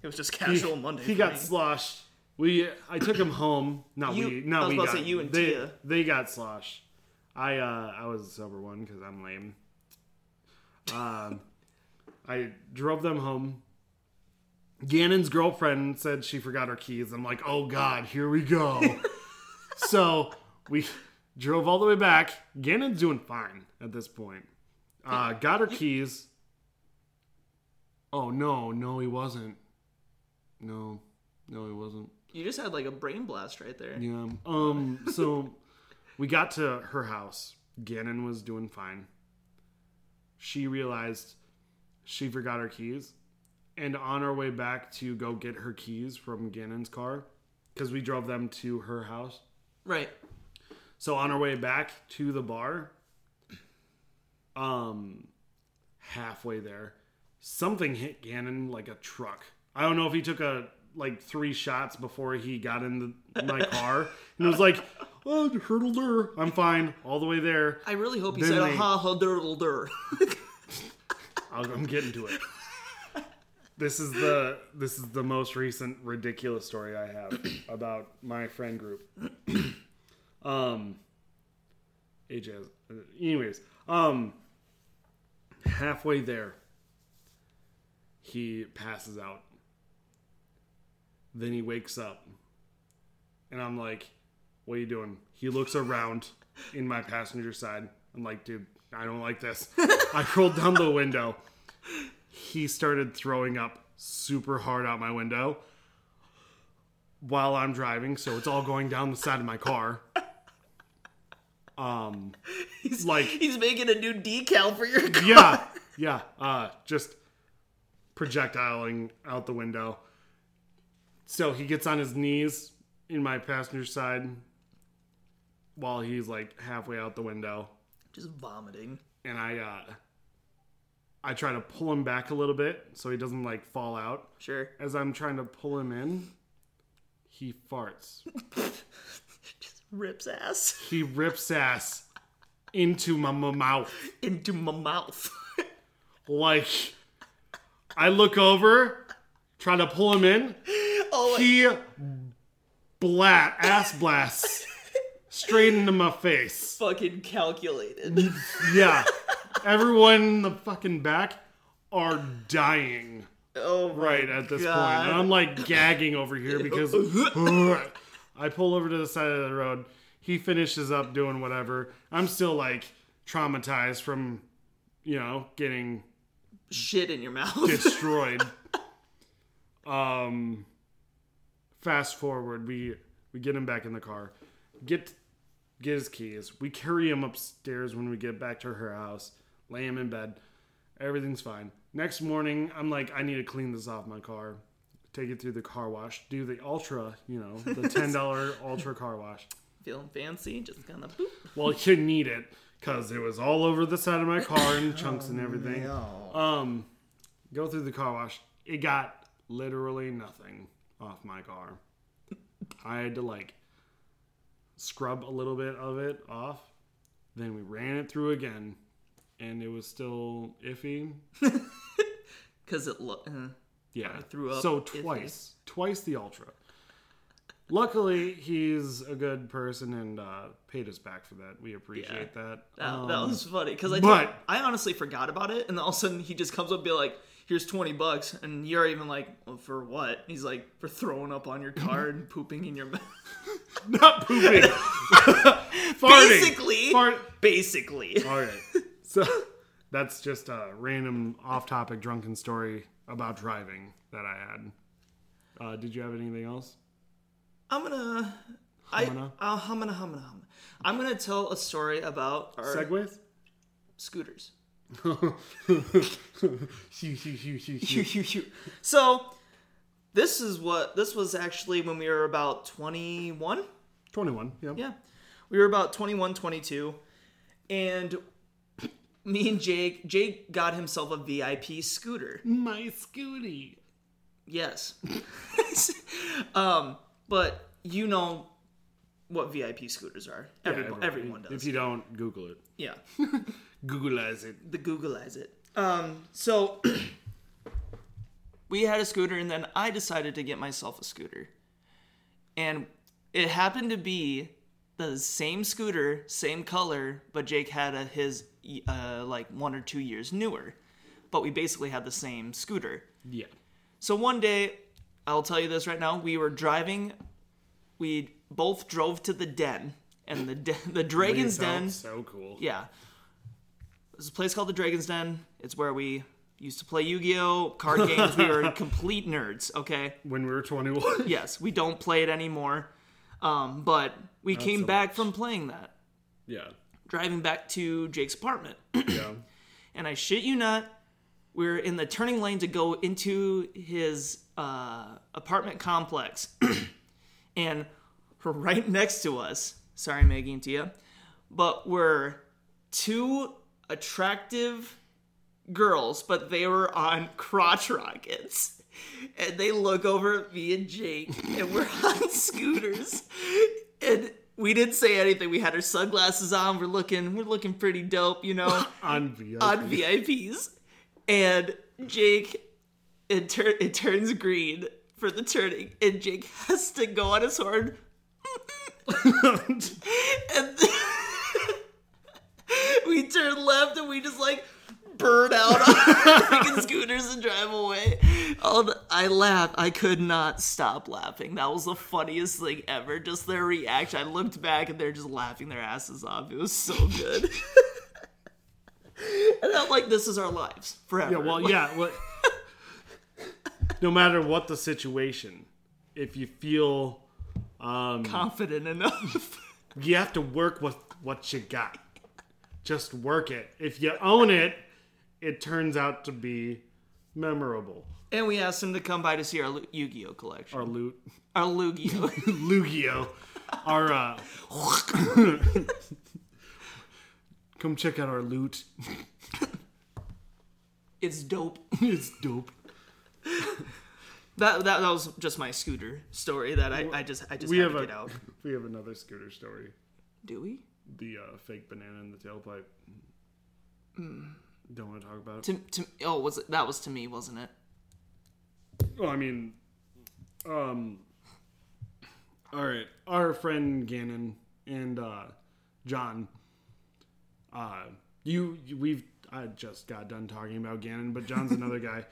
[SPEAKER 1] it was just casual Monday.
[SPEAKER 2] He
[SPEAKER 1] for
[SPEAKER 2] got
[SPEAKER 1] me.
[SPEAKER 2] sloshed. We I took him home. Not
[SPEAKER 1] You-
[SPEAKER 2] we. Not
[SPEAKER 1] I was
[SPEAKER 2] we
[SPEAKER 1] about to
[SPEAKER 2] got.
[SPEAKER 1] say you and
[SPEAKER 2] they,
[SPEAKER 1] Tia.
[SPEAKER 2] They got sloshed. I uh I was a sober one because I'm lame. Um, *laughs* I drove them home. Gannon's girlfriend said she forgot her keys. I'm like, oh god, here we go.
[SPEAKER 1] *laughs*
[SPEAKER 2] so we drove all the way back. Gannon's doing fine at this point. Uh, got her keys. Oh no, no, he wasn't. No, no, he wasn't.
[SPEAKER 1] You just had like a brain blast right there.
[SPEAKER 2] Yeah. Um. So we got to her house. Gannon was doing fine. She realized she forgot her keys, and on our way back to go get her keys from Gannon's car, because we drove them to her house.
[SPEAKER 1] Right.
[SPEAKER 2] So on our way back to the bar, um, halfway there, something hit Gannon like a truck. I don't know if he took a like three shots before he got in the, my car and was like, "Oh, hurdled her. I'm fine all the way there.
[SPEAKER 1] I really hope you
[SPEAKER 2] Then
[SPEAKER 1] said
[SPEAKER 2] they-
[SPEAKER 1] a ha ha dirtle dir.
[SPEAKER 2] I'll, I'm getting to it." This is the this is the most recent ridiculous story I have about my friend group. um, AJ. has- uh, Anyways, um, halfway there, he passes out. Then he wakes up, and I'm like, "What are you doing?" He looks around in my passenger side. I'm like, "Dude, I don't like this." I rolled down the window. He started throwing up super hard out my window while I'm driving, so it's all going down the side of my car. Um,
[SPEAKER 1] *laughs* He's
[SPEAKER 2] Like-
[SPEAKER 1] he's making a new decal for *laughs* your car.
[SPEAKER 2] *laughs* yeah, yeah. Uh, just projectiling out the window. So he gets on his knees in my passenger side while he's like halfway out the window,
[SPEAKER 1] Just vomiting.
[SPEAKER 2] and I uh, I try to pull him back a little bit so he doesn't like fall out.
[SPEAKER 1] Sure.
[SPEAKER 2] As I'm trying to pull him in, he farts.
[SPEAKER 1] Rips ass *laughs*
[SPEAKER 2] He rips ass into my m- mouth.
[SPEAKER 1] into my mouth.
[SPEAKER 2] Like I look over, trying to pull him in.
[SPEAKER 1] oh, my-
[SPEAKER 2] he blat ass blasts straight into my face.
[SPEAKER 1] fucking calculated.
[SPEAKER 2] Yeah, everyone in the fucking back are dying
[SPEAKER 1] *laughs* Oh my
[SPEAKER 2] right at this point.
[SPEAKER 1] God.
[SPEAKER 2] And I'm like gagging over here because I pull over to the side of the road. He finishes up doing whatever. I'm still like traumatized from, you know, getting
[SPEAKER 1] shit in your mouth. *laughs*
[SPEAKER 2] destroyed. um, fast forward, we we get him back in the car, get get his keys. We carry him upstairs when we get back to her house, lay him in bed. Everything's fine. Next morning, I'm like, I need to clean this off my car. Take it through the car wash. Do the ultra, you know, the ten dollar ultra car wash.
[SPEAKER 1] Feeling fancy, just gonna boop.
[SPEAKER 2] Well, you need it because it was all over the side of my car
[SPEAKER 1] *coughs*
[SPEAKER 2] and chunks
[SPEAKER 1] Oh,
[SPEAKER 2] and everything. Um, go through the car wash. It got literally nothing off my car. I had to like scrub a little bit of it off. Then we ran it through again, and it was still iffy.
[SPEAKER 1] Cause it look. Uh,
[SPEAKER 2] Yeah,
[SPEAKER 1] threw up
[SPEAKER 2] So
[SPEAKER 1] iffy.
[SPEAKER 2] twice, twice the ultra. Luckily, he's a good person and uh, paid us back for that. We appreciate that.
[SPEAKER 1] that, that was funny. Cause I,
[SPEAKER 2] Oh. but-
[SPEAKER 1] told- I honestly forgot about it, and all of a sudden he just comes up, and be like, "Here's twenty bucks," and you're even like, well, "For what?" And he's like, "For throwing up on your car
[SPEAKER 2] *laughs*
[SPEAKER 1] and pooping in your mouth."
[SPEAKER 2] not pooping,
[SPEAKER 1] *laughs*
[SPEAKER 2] farting.
[SPEAKER 1] basically,
[SPEAKER 2] fart.
[SPEAKER 1] basically. *laughs*
[SPEAKER 2] All right, so that's just a random off-topic drunken story about driving that I had. Uh, did you have anything else?
[SPEAKER 1] I'm gonna. I,
[SPEAKER 2] Humana?
[SPEAKER 1] uh, humana, humana, humana. I'm gonna tell a story about our *laughs*
[SPEAKER 2] Segways.
[SPEAKER 1] scooters. *laughs*
[SPEAKER 2] Shoo, shoo, shoo, shoo, shoo.
[SPEAKER 1] Phew, phew, phew. So, this is what this was actually when we were about 21.
[SPEAKER 2] Twenty-one. Yep.
[SPEAKER 1] Yeah. We were about 21, 22. And me and Jake, Jake got himself a VIP scooter.
[SPEAKER 2] My scooty.
[SPEAKER 1] Yes. *laughs* um, but you know what VIP scooters are. Everyone, everyone does.
[SPEAKER 2] If you don't, Google it.
[SPEAKER 1] yeah.
[SPEAKER 2] Googleize it.
[SPEAKER 1] The Googleize it. Um, so *clears throat* we had a scooter, and then I decided to get myself a scooter, and it happened to be the same scooter, same color, but Jake had a, his uh, like one or two years newer, but we basically had the same scooter.
[SPEAKER 2] Yeah.
[SPEAKER 1] So one day, I'll tell you this right now, we were driving, we both drove to the den, and the *laughs* den, the dragon's den.
[SPEAKER 2] Sounds so cool.
[SPEAKER 1] Yeah. There's a place called the Dragon's Den. It's where we used to play Yu-Gi-Oh, card games. we were complete nerds, okay?
[SPEAKER 2] When we were twenty-one. *laughs*
[SPEAKER 1] Yes, we don't play it anymore. Um, but we came
[SPEAKER 2] so
[SPEAKER 1] back from playing that,
[SPEAKER 2] yeah.
[SPEAKER 1] driving back to Jake's apartment.
[SPEAKER 2] Yeah.
[SPEAKER 1] *clears throat* and I shit you not, we we're in the turning lane to go into his uh, apartment complex, *clears throat* and right next to us, sorry Maggie and Tia, but were two attractive girls, but they were on crotch rockets. And they look over at me and Jake, and we're *laughs* on scooters. And we didn't say anything. We had our sunglasses on. We're looking, we're looking pretty dope, you know,
[SPEAKER 2] on VIP.
[SPEAKER 1] on VIPs. And Jake, it, tur- it turns green for the turning, and Jake has to go on his horn. And *laughs* we turn left and we just like burn out on *laughs* our freaking scooters and drive away. Oh, th- I laughed. I could not stop laughing. That was the funniest thing ever. Just their reaction. I looked back and they're just laughing their asses off. It was so good. *laughs* and I'm like, this is our lives forever.
[SPEAKER 2] yeah, well, yeah. Well, no matter what the situation, if you feel um,
[SPEAKER 1] confident enough.
[SPEAKER 2] you have to work with what you got. Just work it. If you own it, it turns out to be memorable.
[SPEAKER 1] *laughs* and we asked him to come by to see our Lu- Yu-Gi-Oh collection.
[SPEAKER 2] Our loot, *laughs*
[SPEAKER 1] Our Yu-Gi-Oh.
[SPEAKER 2] Lugio, our uh, come check out our loot.
[SPEAKER 1] *laughs*
[SPEAKER 2] *laughs*
[SPEAKER 1] it's dope.
[SPEAKER 2] It's dope.
[SPEAKER 1] That, that that was just my scooter story that I, I just I just
[SPEAKER 2] We
[SPEAKER 1] had
[SPEAKER 2] have
[SPEAKER 1] to
[SPEAKER 2] a
[SPEAKER 1] get out.
[SPEAKER 2] we have another scooter story.
[SPEAKER 1] Do we?
[SPEAKER 2] The uh, fake banana in the tailpipe.
[SPEAKER 1] Hmm.
[SPEAKER 2] Don't want to talk about it.
[SPEAKER 1] To, to oh was it that was to me wasn't it?
[SPEAKER 2] Well, I mean, um, all right, our friend Gannon and uh, John, uh, you you- we've I just got done talking about Gannon, but John's another guy.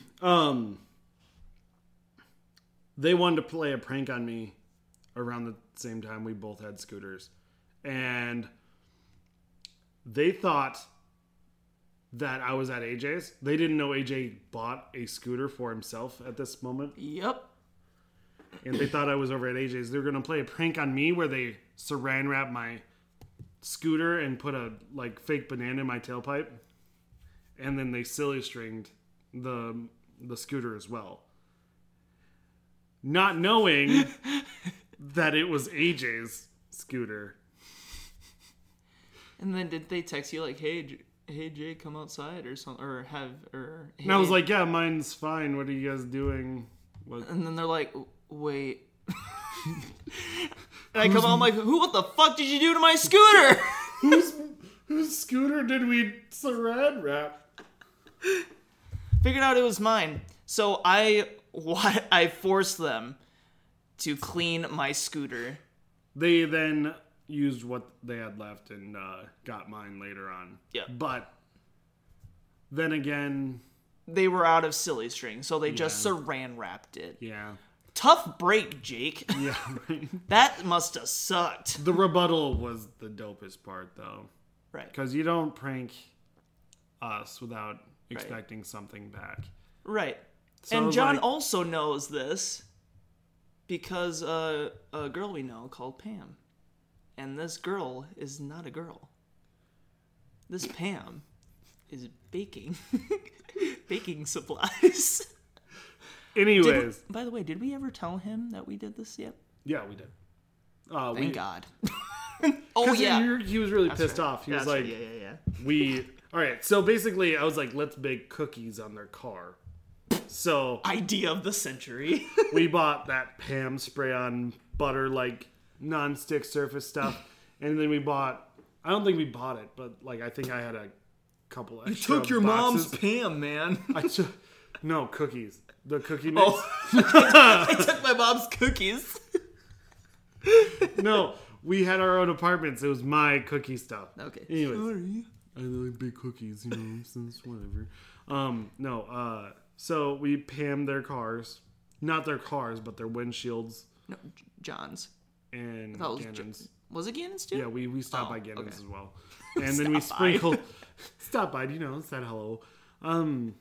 [SPEAKER 2] *clears throat* um, they wanted to play a prank on me around the same time we both had scooters, and they thought that I was at AJ's. They didn't know AJ bought a scooter for himself at this moment,
[SPEAKER 1] Yep.
[SPEAKER 2] and they thought I was over at AJ's. They were gonna play a prank on me where they saran wrap my scooter and put a like fake banana in my tailpipe, and then they silly stringed the the scooter as well, not knowing that it was AJ's scooter.
[SPEAKER 1] And then did they text you like hey J- hey Jay come outside or something or have or
[SPEAKER 2] And I was
[SPEAKER 1] "Hey,"
[SPEAKER 2] like, "Yeah, mine's fine. What are you guys doing?" What?
[SPEAKER 1] and then they're like wait. *laughs* and I come out I'm like who what the fuck did you do to my scooter?
[SPEAKER 2] Whose whose scooter did we saran wrap?
[SPEAKER 1] Figured out it was mine. So I what *laughs* I forced them to clean my scooter.
[SPEAKER 2] They then used what they had left and uh, got mine later on.
[SPEAKER 1] Yeah.
[SPEAKER 2] But then again,
[SPEAKER 1] They were out of silly string, so they just saran wrapped it.
[SPEAKER 2] yeah,
[SPEAKER 1] Tough break, Jake.
[SPEAKER 2] yeah. *laughs* Right.
[SPEAKER 1] That must have sucked.
[SPEAKER 2] the rebuttal was the dopest part, though,
[SPEAKER 1] Right.
[SPEAKER 2] because you don't prank us without expecting something back.
[SPEAKER 1] Right.
[SPEAKER 2] So I
[SPEAKER 1] and
[SPEAKER 2] was
[SPEAKER 1] John
[SPEAKER 2] like-
[SPEAKER 1] also knows this because uh, a girl we know called Pam. And this girl is not a girl. This Pam is baking. *laughs* baking supplies. Did we-
[SPEAKER 2] Anyways,
[SPEAKER 1] by the way, did we ever tell him that we did this yet?
[SPEAKER 2] yeah, we did. Uh,
[SPEAKER 1] Thank
[SPEAKER 2] we,
[SPEAKER 1] God. *laughs* oh,
[SPEAKER 2] 'cause he-
[SPEAKER 1] yeah.
[SPEAKER 2] he was really pissed
[SPEAKER 1] right.
[SPEAKER 2] off. He was
[SPEAKER 1] That's right,
[SPEAKER 2] like,
[SPEAKER 1] yeah, yeah, yeah.
[SPEAKER 2] we all right so basically i was like let's bake cookies on their car so
[SPEAKER 1] Idea of the century.
[SPEAKER 2] we bought that pam spray on butter like non-stick surface *laughs* stuff and then we bought i don't think we bought it but like i think i had a couple extra
[SPEAKER 1] *laughs* Took your
[SPEAKER 2] boxes.
[SPEAKER 1] mom's Pam, man.
[SPEAKER 2] i took no cookies the cookie mix
[SPEAKER 1] *laughs* I took my mom's cookies.
[SPEAKER 2] no we had our own apartments it was my cookie stuff
[SPEAKER 1] Okay.
[SPEAKER 2] anyways I like big cookies, you know, *laughs* since whatever. Um, no, uh, so we pam their cars, not their cars, but their windshields
[SPEAKER 1] No, J- John's.
[SPEAKER 2] and
[SPEAKER 1] That was J-
[SPEAKER 2] cannons.
[SPEAKER 1] Was it Gannon's too?
[SPEAKER 2] yeah, we we stopped
[SPEAKER 1] Oh,
[SPEAKER 2] by Gannon's
[SPEAKER 1] okay.
[SPEAKER 2] as
[SPEAKER 1] *laughs*
[SPEAKER 2] well, and then we
[SPEAKER 1] Stop by.
[SPEAKER 2] sprinkled. *laughs* stop by, you know, said hello. Um,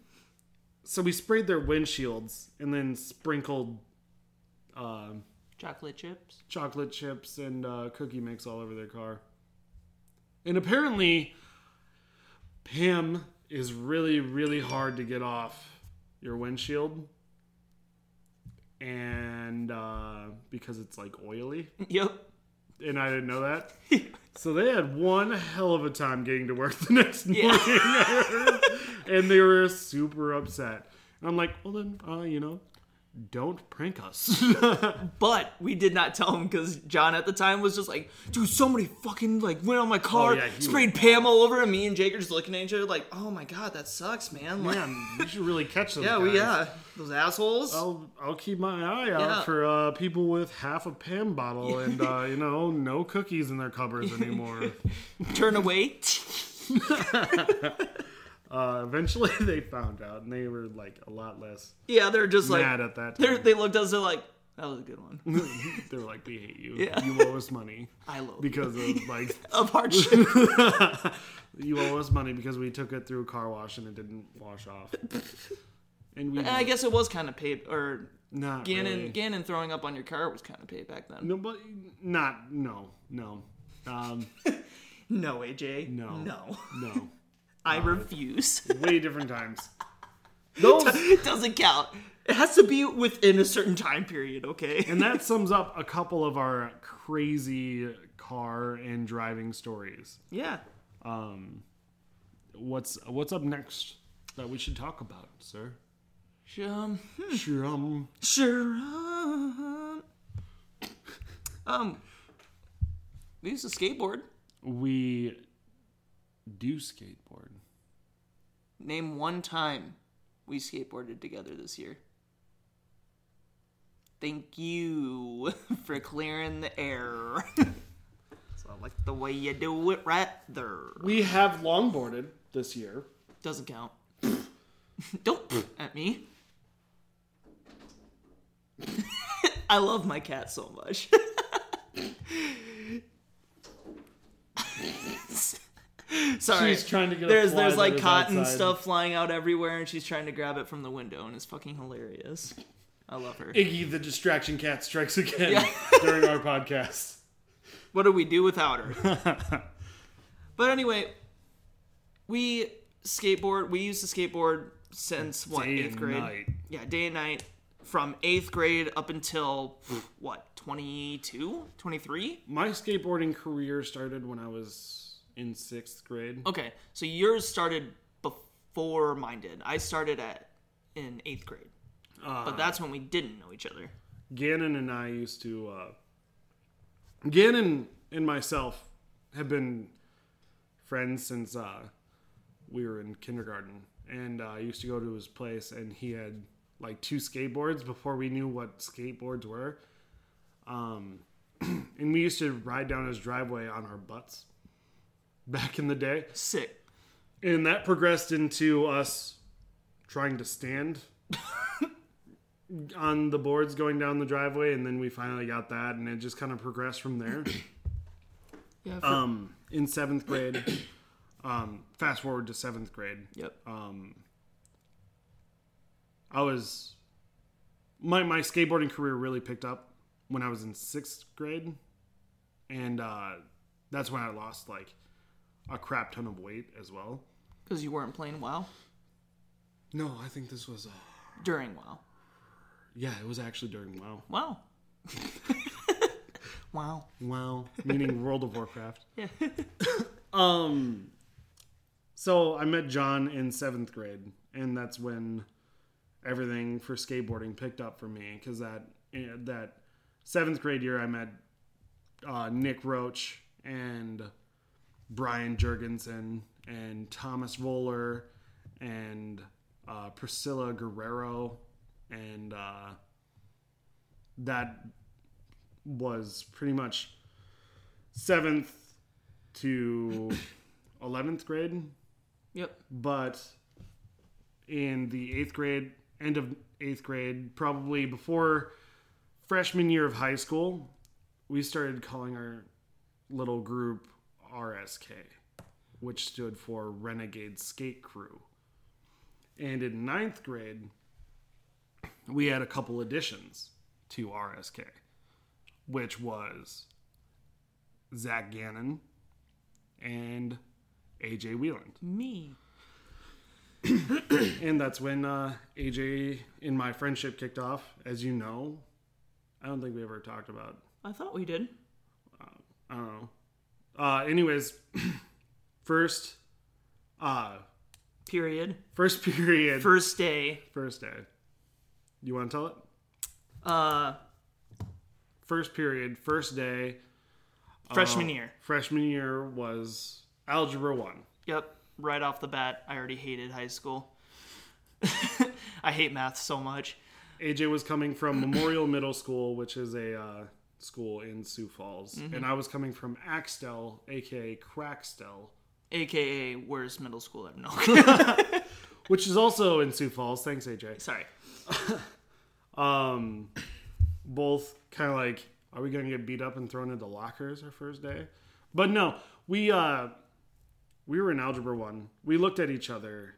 [SPEAKER 2] so we sprayed their windshields and then sprinkled um,
[SPEAKER 1] Chocolate chips. *laughs*
[SPEAKER 2] chocolate chips and uh, cookie mix all over their car. And apparently, Pam is really, really hard to get off your windshield. And uh, because it's like oily.
[SPEAKER 1] Yep. *laughs*
[SPEAKER 2] And I didn't know that. So they had one hell of a time getting to work *laughs* the next *laughs* morning, and they were super upset. And I'm like, well then, uh, you know, don't prank us. *laughs*
[SPEAKER 1] But we did not tell him because John at the time was just like, dude, somebody fucking like went on my car,
[SPEAKER 2] Oh, yeah, he
[SPEAKER 1] sprayed Pam all over, and me and Jake are just looking at each other like, oh my god, that sucks, man. Like,
[SPEAKER 2] Man, we should really catch them.
[SPEAKER 1] yeah, we yeah, those assholes.
[SPEAKER 2] I'll, I'll keep my eye out
[SPEAKER 1] Yeah.
[SPEAKER 2] for uh, people with half a Pam bottle and uh, you know no cookies in
[SPEAKER 1] *laughs*
[SPEAKER 2] their cupboards anymore.
[SPEAKER 1] Turn away.
[SPEAKER 2] uh, eventually, *laughs* they found out, and they were like a lot less
[SPEAKER 1] yeah, they're just like
[SPEAKER 2] mad at that.
[SPEAKER 1] they're,
[SPEAKER 2] Time.
[SPEAKER 1] they looked at us. They're like, that was a good
[SPEAKER 2] *laughs*
[SPEAKER 1] one.
[SPEAKER 2] they were like, "We hate you.
[SPEAKER 1] *laughs* Yeah.
[SPEAKER 2] You owe us money
[SPEAKER 1] I love *laughs*
[SPEAKER 2] because of like
[SPEAKER 1] of
[SPEAKER 2] *laughs*
[SPEAKER 1] hardship.
[SPEAKER 2] you owe us money because we took it through a car wash and it didn't wash off." And we,
[SPEAKER 1] And *laughs* I guess it was kind of paid, or
[SPEAKER 2] not
[SPEAKER 1] Gannon
[SPEAKER 2] really.
[SPEAKER 1] Gannon throwing up on your car was kind of paid back then.
[SPEAKER 2] no, but not no no um,
[SPEAKER 1] No, AJ.
[SPEAKER 2] No.
[SPEAKER 1] no,
[SPEAKER 2] no.
[SPEAKER 1] I refuse.
[SPEAKER 2] Way different times. Those
[SPEAKER 1] *laughs* it doesn't count. It has to be within a certain time period, okay?
[SPEAKER 2] And that sums up a couple of our crazy car and driving stories.
[SPEAKER 1] yeah.
[SPEAKER 2] What's what's up next that we should talk about, sir?
[SPEAKER 1] Um,
[SPEAKER 2] Sure. Um,
[SPEAKER 1] sure. Um, um, we used to skateboard.
[SPEAKER 2] we do skateboard.
[SPEAKER 1] Name one time we skateboarded together this year. Thank you *laughs* for clearing the air. *laughs* so I like the way you do it right there.
[SPEAKER 2] We have longboarded this year.
[SPEAKER 1] Doesn't count. *laughs* Don't *laughs* at me. I love my cat so much. *laughs* Sorry.
[SPEAKER 2] She's trying to get a
[SPEAKER 1] there's
[SPEAKER 2] fly
[SPEAKER 1] there's
[SPEAKER 2] that
[SPEAKER 1] like
[SPEAKER 2] is
[SPEAKER 1] cotton
[SPEAKER 2] outside.
[SPEAKER 1] stuff flying out everywhere and she's trying to grab it from the window and it's fucking hilarious. I love her.
[SPEAKER 2] Iggy the distraction cat strikes again
[SPEAKER 1] Yeah.
[SPEAKER 2] *laughs* during our podcast.
[SPEAKER 1] What do we do without her?
[SPEAKER 2] *laughs*
[SPEAKER 1] but anyway, we skateboard. We used to skateboard since what
[SPEAKER 2] Day
[SPEAKER 1] eighth
[SPEAKER 2] and
[SPEAKER 1] grade.
[SPEAKER 2] night.
[SPEAKER 1] Yeah, day and night from eighth grade up until what 22, 23?
[SPEAKER 2] My skateboarding career started when I was in sixth grade.
[SPEAKER 1] Okay, so yours started before mine did. I started at in eighth grade, but that's when we didn't know each other.
[SPEAKER 2] Gannon and I used to. Uh, Gannon and myself have been friends since uh, we were in kindergarten, and uh, I used to go to his place, and he had like two skateboards before we knew what skateboards were. Um, *clears throat* and we used to ride down his driveway on our butts back in the day,
[SPEAKER 1] Sick.
[SPEAKER 2] and that progressed into us trying to stand on the boards going down the driveway and then we finally got that and it just kind of progressed from *coughs* there
[SPEAKER 1] Yeah. for-
[SPEAKER 2] um in seventh grade um fast forward to seventh grade
[SPEAKER 1] yep.
[SPEAKER 2] i was my my skateboarding career really picked up when i was in sixth grade and uh that's when i lost like a crap ton of weight as well
[SPEAKER 1] Because you weren't playing WoW
[SPEAKER 2] no i think this was uh
[SPEAKER 1] during WoW.
[SPEAKER 2] yeah it was actually during wow
[SPEAKER 1] Wow. wow.
[SPEAKER 2] Wow, meaning World of Warcraft.
[SPEAKER 1] Yeah.
[SPEAKER 2] *laughs* um. So I met John in seventh grade, and that's when everything for skateboarding picked up for me because that that seventh grade year I met uh, Nick Roach and Brian Jurgensen and Thomas Voller and uh, Priscilla Guerrero and uh, that was pretty much seventh to 11th grade
[SPEAKER 1] Yep.
[SPEAKER 2] but in the eighth grade, end of eighth grade, probably before freshman year of high school, we started calling our little group RSK, which stood for Renegade Skate Crew. And in ninth grade, we had a couple additions to RSK, which was Zach Gannon and AJ Wheeland
[SPEAKER 1] Me.
[SPEAKER 2] and that's when uh, AJ in my friendship kicked off. As you know, I don't think we ever talked about.
[SPEAKER 1] I thought we did.
[SPEAKER 2] I don't know. Uh, anyways, *clears throat* first, uh,
[SPEAKER 1] Period.
[SPEAKER 2] first *laughs* period,
[SPEAKER 1] First day.
[SPEAKER 2] first day. You want to tell it?
[SPEAKER 1] Uh,
[SPEAKER 2] First period, first day,
[SPEAKER 1] freshman
[SPEAKER 2] Oh.
[SPEAKER 1] year.
[SPEAKER 2] freshman year was algebra one.
[SPEAKER 1] Yep. Right off the bat, I already hated high school. *laughs* I hate math so much.
[SPEAKER 2] AJ was coming
[SPEAKER 1] *clears throat*
[SPEAKER 2] from Memorial Middle School, which is a uh, school in Sioux Falls,
[SPEAKER 1] Mm-hmm.
[SPEAKER 2] and I was coming from Axtell, aka Crackstell,
[SPEAKER 1] AKA, where's middle school? I don't know.
[SPEAKER 2] which is also in Sioux Falls. Thanks, AJ.
[SPEAKER 1] Sorry.
[SPEAKER 2] Um, both kind of like, are we gonna get beat up and thrown into lockers our first day? But no, we uh, we were in Algebra One. We looked at each other.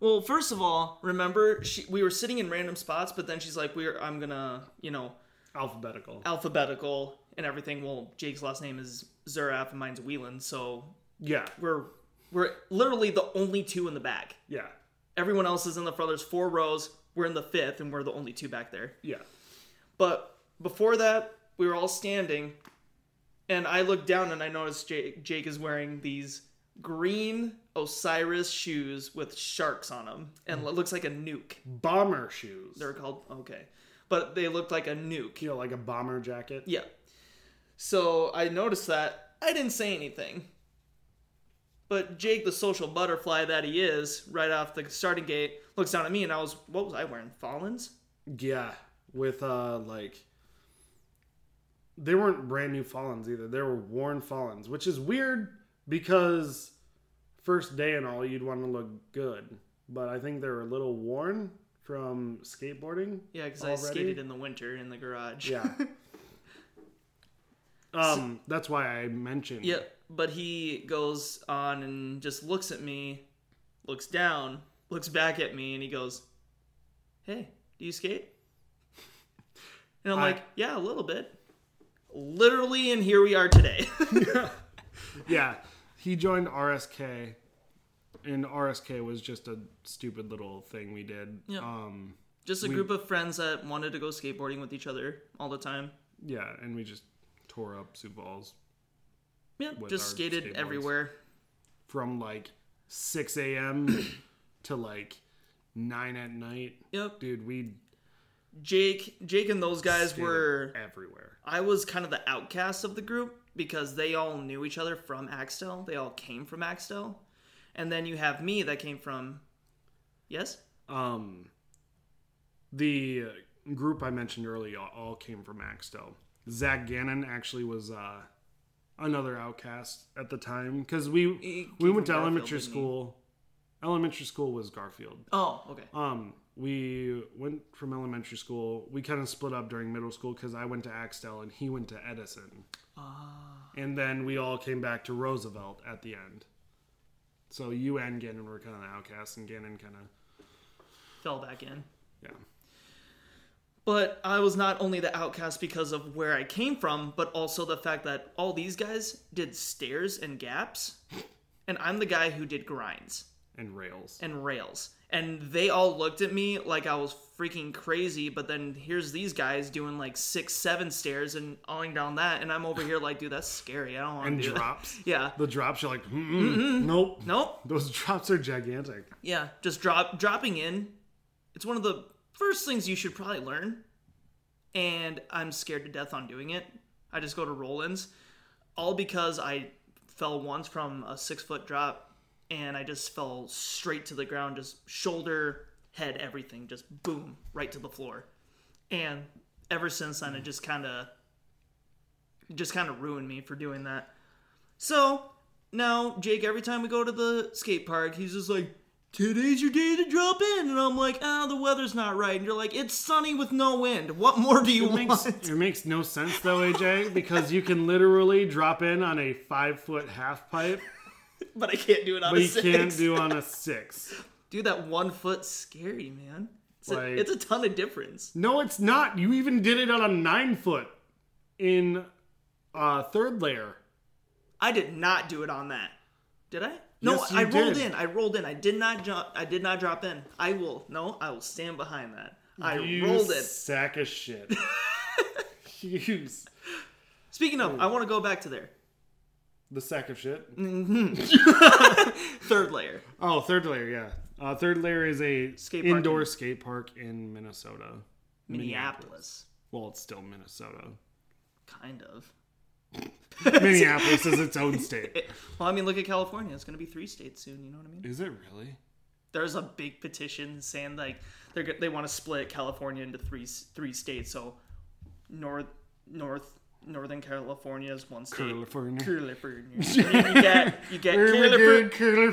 [SPEAKER 1] Well, first of all, remember she, we were sitting in random spots, but then she's like, "We're I'm gonna, you know,
[SPEAKER 2] Alphabetical.
[SPEAKER 1] alphabetical and everything." Well, Jake's last name is Zeraf and mine's Whelan, so
[SPEAKER 2] Yeah,
[SPEAKER 1] we're we're literally the only two in the back.
[SPEAKER 2] yeah,
[SPEAKER 1] Everyone else is in the front. There's four rows. We're in the fifth, and we're the only two back there.
[SPEAKER 2] yeah.
[SPEAKER 1] But before that, we were all standing, and I looked down and I noticed Jake, Jake is wearing these green Osiris shoes with sharks on them,
[SPEAKER 2] Hmm.
[SPEAKER 1] and it looks like a nuke.
[SPEAKER 2] Bomber shoes.
[SPEAKER 1] They're called okay, but they looked like a nuke.
[SPEAKER 2] you know, like a bomber jacket.
[SPEAKER 1] Yeah. So I noticed that. I didn't say anything. But Jake, the social butterfly that he is, right off the starting gate, looks down at me, and I was, what was I wearing? Fallons?
[SPEAKER 2] Yeah, with uh like they weren't brand new Fallons either. They were worn Fallons, which is weird because first day and all you'd want to look good, but I think they were a little worn from skateboarding.
[SPEAKER 1] Yeah, because I
[SPEAKER 2] Already?
[SPEAKER 1] skated in the winter in the garage. *laughs*
[SPEAKER 2] Yeah. um that's why I mentioned
[SPEAKER 1] Yeah, but he goes on and just looks at me, looks down, looks back at me, and he goes, Hey, do you skate? And I'm
[SPEAKER 2] I-
[SPEAKER 1] like, Yeah, a little bit. Literally, and here we are today. *laughs*
[SPEAKER 2] Yeah. He joined RSK and RSK was just a stupid little thing we did.
[SPEAKER 1] Yeah.
[SPEAKER 2] Um
[SPEAKER 1] just a group of friends that wanted to go skateboarding with each other all the time.
[SPEAKER 2] yeah, and we just tore up Sioux Falls
[SPEAKER 1] Yeah,
[SPEAKER 2] With
[SPEAKER 1] just
[SPEAKER 2] our
[SPEAKER 1] skated
[SPEAKER 2] skateboards.
[SPEAKER 1] everywhere.
[SPEAKER 2] from like 6 a.m. to like 9 at night.
[SPEAKER 1] Yep.
[SPEAKER 2] Dude, we
[SPEAKER 1] Jake, Jake, and those guys
[SPEAKER 2] skated
[SPEAKER 1] were.
[SPEAKER 2] everywhere.
[SPEAKER 1] I was kind of the outcast of the group because they all knew each other from Axtell. They all came from Axtell. And then you have me that came from. Yes?
[SPEAKER 2] Um, the group I mentioned earlier all came from Axtell. Zach Gannon actually was uh, another outcast at the time because we
[SPEAKER 1] He came
[SPEAKER 2] we went to
[SPEAKER 1] from Garfield,
[SPEAKER 2] elementary
[SPEAKER 1] didn't he?
[SPEAKER 2] school. Elementary school was Garfield.
[SPEAKER 1] Oh, okay.
[SPEAKER 2] Um, we went from elementary school. We kind of split up during middle school because I went to Axtell and he went to Edison. And then we all came back to Roosevelt at the end. So you and Gannon were kind of outcasts, and Gannon kind of
[SPEAKER 1] Fell back in.
[SPEAKER 2] yeah.
[SPEAKER 1] But I was not only the outcast because of where I came from, but also the fact that all these guys did stairs and gaps. And I'm the guy who did grinds.
[SPEAKER 2] and rails.
[SPEAKER 1] and rails. And they all looked at me like I was freaking crazy, but then here's these guys doing like six, seven stairs and awing down that, and I'm over here like, dude, that's scary. I don't want
[SPEAKER 2] *laughs* And
[SPEAKER 1] to do that.
[SPEAKER 2] drops.
[SPEAKER 1] *laughs* Yeah.
[SPEAKER 2] The drops, you're like, mm nope.
[SPEAKER 1] Nope.
[SPEAKER 2] Those drops are gigantic.
[SPEAKER 1] Yeah. Just drop dropping in. It's one of the first things you should probably learn. And I'm scared to death on doing it. I just go to roll-ins, all because I fell once from a six foot drop, and I just fell straight to the ground, just shoulder, head, everything, just boom, right to the floor. And ever since then, it just kind of, just kind of ruined me for doing that. So now, Jake, every time we go to the skate park, he's just like, Today's your day to drop in. And I'm like, ah, the weather's not right. And you're like, it's sunny with no wind. What more do you
[SPEAKER 2] It makes,
[SPEAKER 1] want?
[SPEAKER 2] it makes no sense though, AJ, because you can literally drop in on a five foot half *laughs* pipe,
[SPEAKER 1] But I can't do it on
[SPEAKER 2] but
[SPEAKER 1] a
[SPEAKER 2] you
[SPEAKER 1] six.
[SPEAKER 2] can't do on a six.
[SPEAKER 1] *laughs* Dude, that one foot scary, man. It's,
[SPEAKER 2] Like-
[SPEAKER 1] a, it's a ton of difference.
[SPEAKER 2] No, it's not. You even did it on a nine foot in uh, third layer.
[SPEAKER 1] I did not do it on that. Did I? No,
[SPEAKER 2] Yes, you
[SPEAKER 1] I rolled
[SPEAKER 2] did.
[SPEAKER 1] in. I rolled in. I did not jump. I did not drop in. I will. No, I will stand behind that. I
[SPEAKER 2] you
[SPEAKER 1] rolled it.
[SPEAKER 2] Sack of
[SPEAKER 1] *laughs*
[SPEAKER 2] shit. *laughs* you s-
[SPEAKER 1] Speaking of, I want to go back to there.
[SPEAKER 2] The sack of shit.
[SPEAKER 1] Third layer.
[SPEAKER 2] Oh, third layer, yeah. Uh, third layer is a
[SPEAKER 1] Skate park
[SPEAKER 2] indoor
[SPEAKER 1] in-
[SPEAKER 2] skate park in Minnesota.
[SPEAKER 1] Minneapolis.
[SPEAKER 2] Well, it's still Minnesota.
[SPEAKER 1] Kind of.
[SPEAKER 2] Minneapolis is its own
[SPEAKER 1] *laughs*
[SPEAKER 2] state.
[SPEAKER 1] Well, I mean, look at California. It's going to be three states soon. You know what I mean?
[SPEAKER 2] Is it really?
[SPEAKER 1] There's a big petition saying like they're go- they want to split California into three s- three states. So north north northern California is one state.
[SPEAKER 2] California.
[SPEAKER 1] California. And then you get you get California.
[SPEAKER 2] California.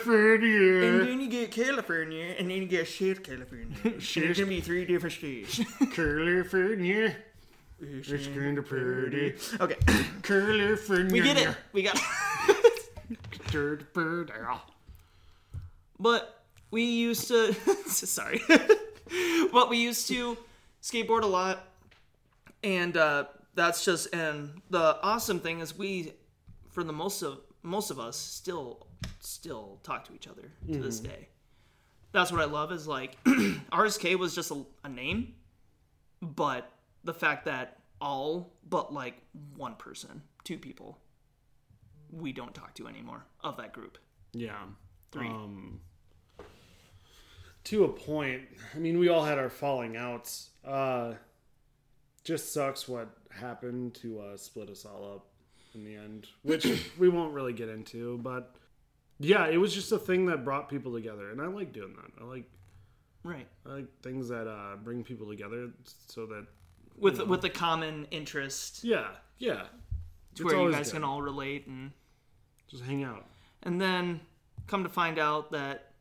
[SPEAKER 2] California.
[SPEAKER 1] And then you get California, and then you get South California. So There's gonna be three different states.
[SPEAKER 2] California. It's kind of pretty.
[SPEAKER 1] Okay,
[SPEAKER 2] California.
[SPEAKER 1] we get it. We got.
[SPEAKER 2] Dirt bird. Ah.
[SPEAKER 1] but we used to. *laughs* sorry, but we used to skateboard a lot, and uh, that's just. And the awesome thing is, we, for the most of most of us, still still talk to each other to this day. That's what I love is like *clears throat* RSK was just a, a name, but the fact that all but like one person, two people, we don't talk to anymore of that group.
[SPEAKER 2] Yeah. Um, to a point. I mean, we all had our falling outs. Uh, just sucks what happened to uh, split us all up in the end,
[SPEAKER 1] *coughs*
[SPEAKER 2] which we won't really get into. But yeah, it was just a thing that brought people together, and I like doing that. I like
[SPEAKER 1] Right.
[SPEAKER 2] I like things that uh, bring people together, so that
[SPEAKER 1] with
[SPEAKER 2] Mm-hmm.
[SPEAKER 1] with a common interest
[SPEAKER 2] yeah, yeah,
[SPEAKER 1] to where you
[SPEAKER 2] always
[SPEAKER 1] guys
[SPEAKER 2] good.
[SPEAKER 1] can all relate and
[SPEAKER 2] just hang out.
[SPEAKER 1] and then come to find out that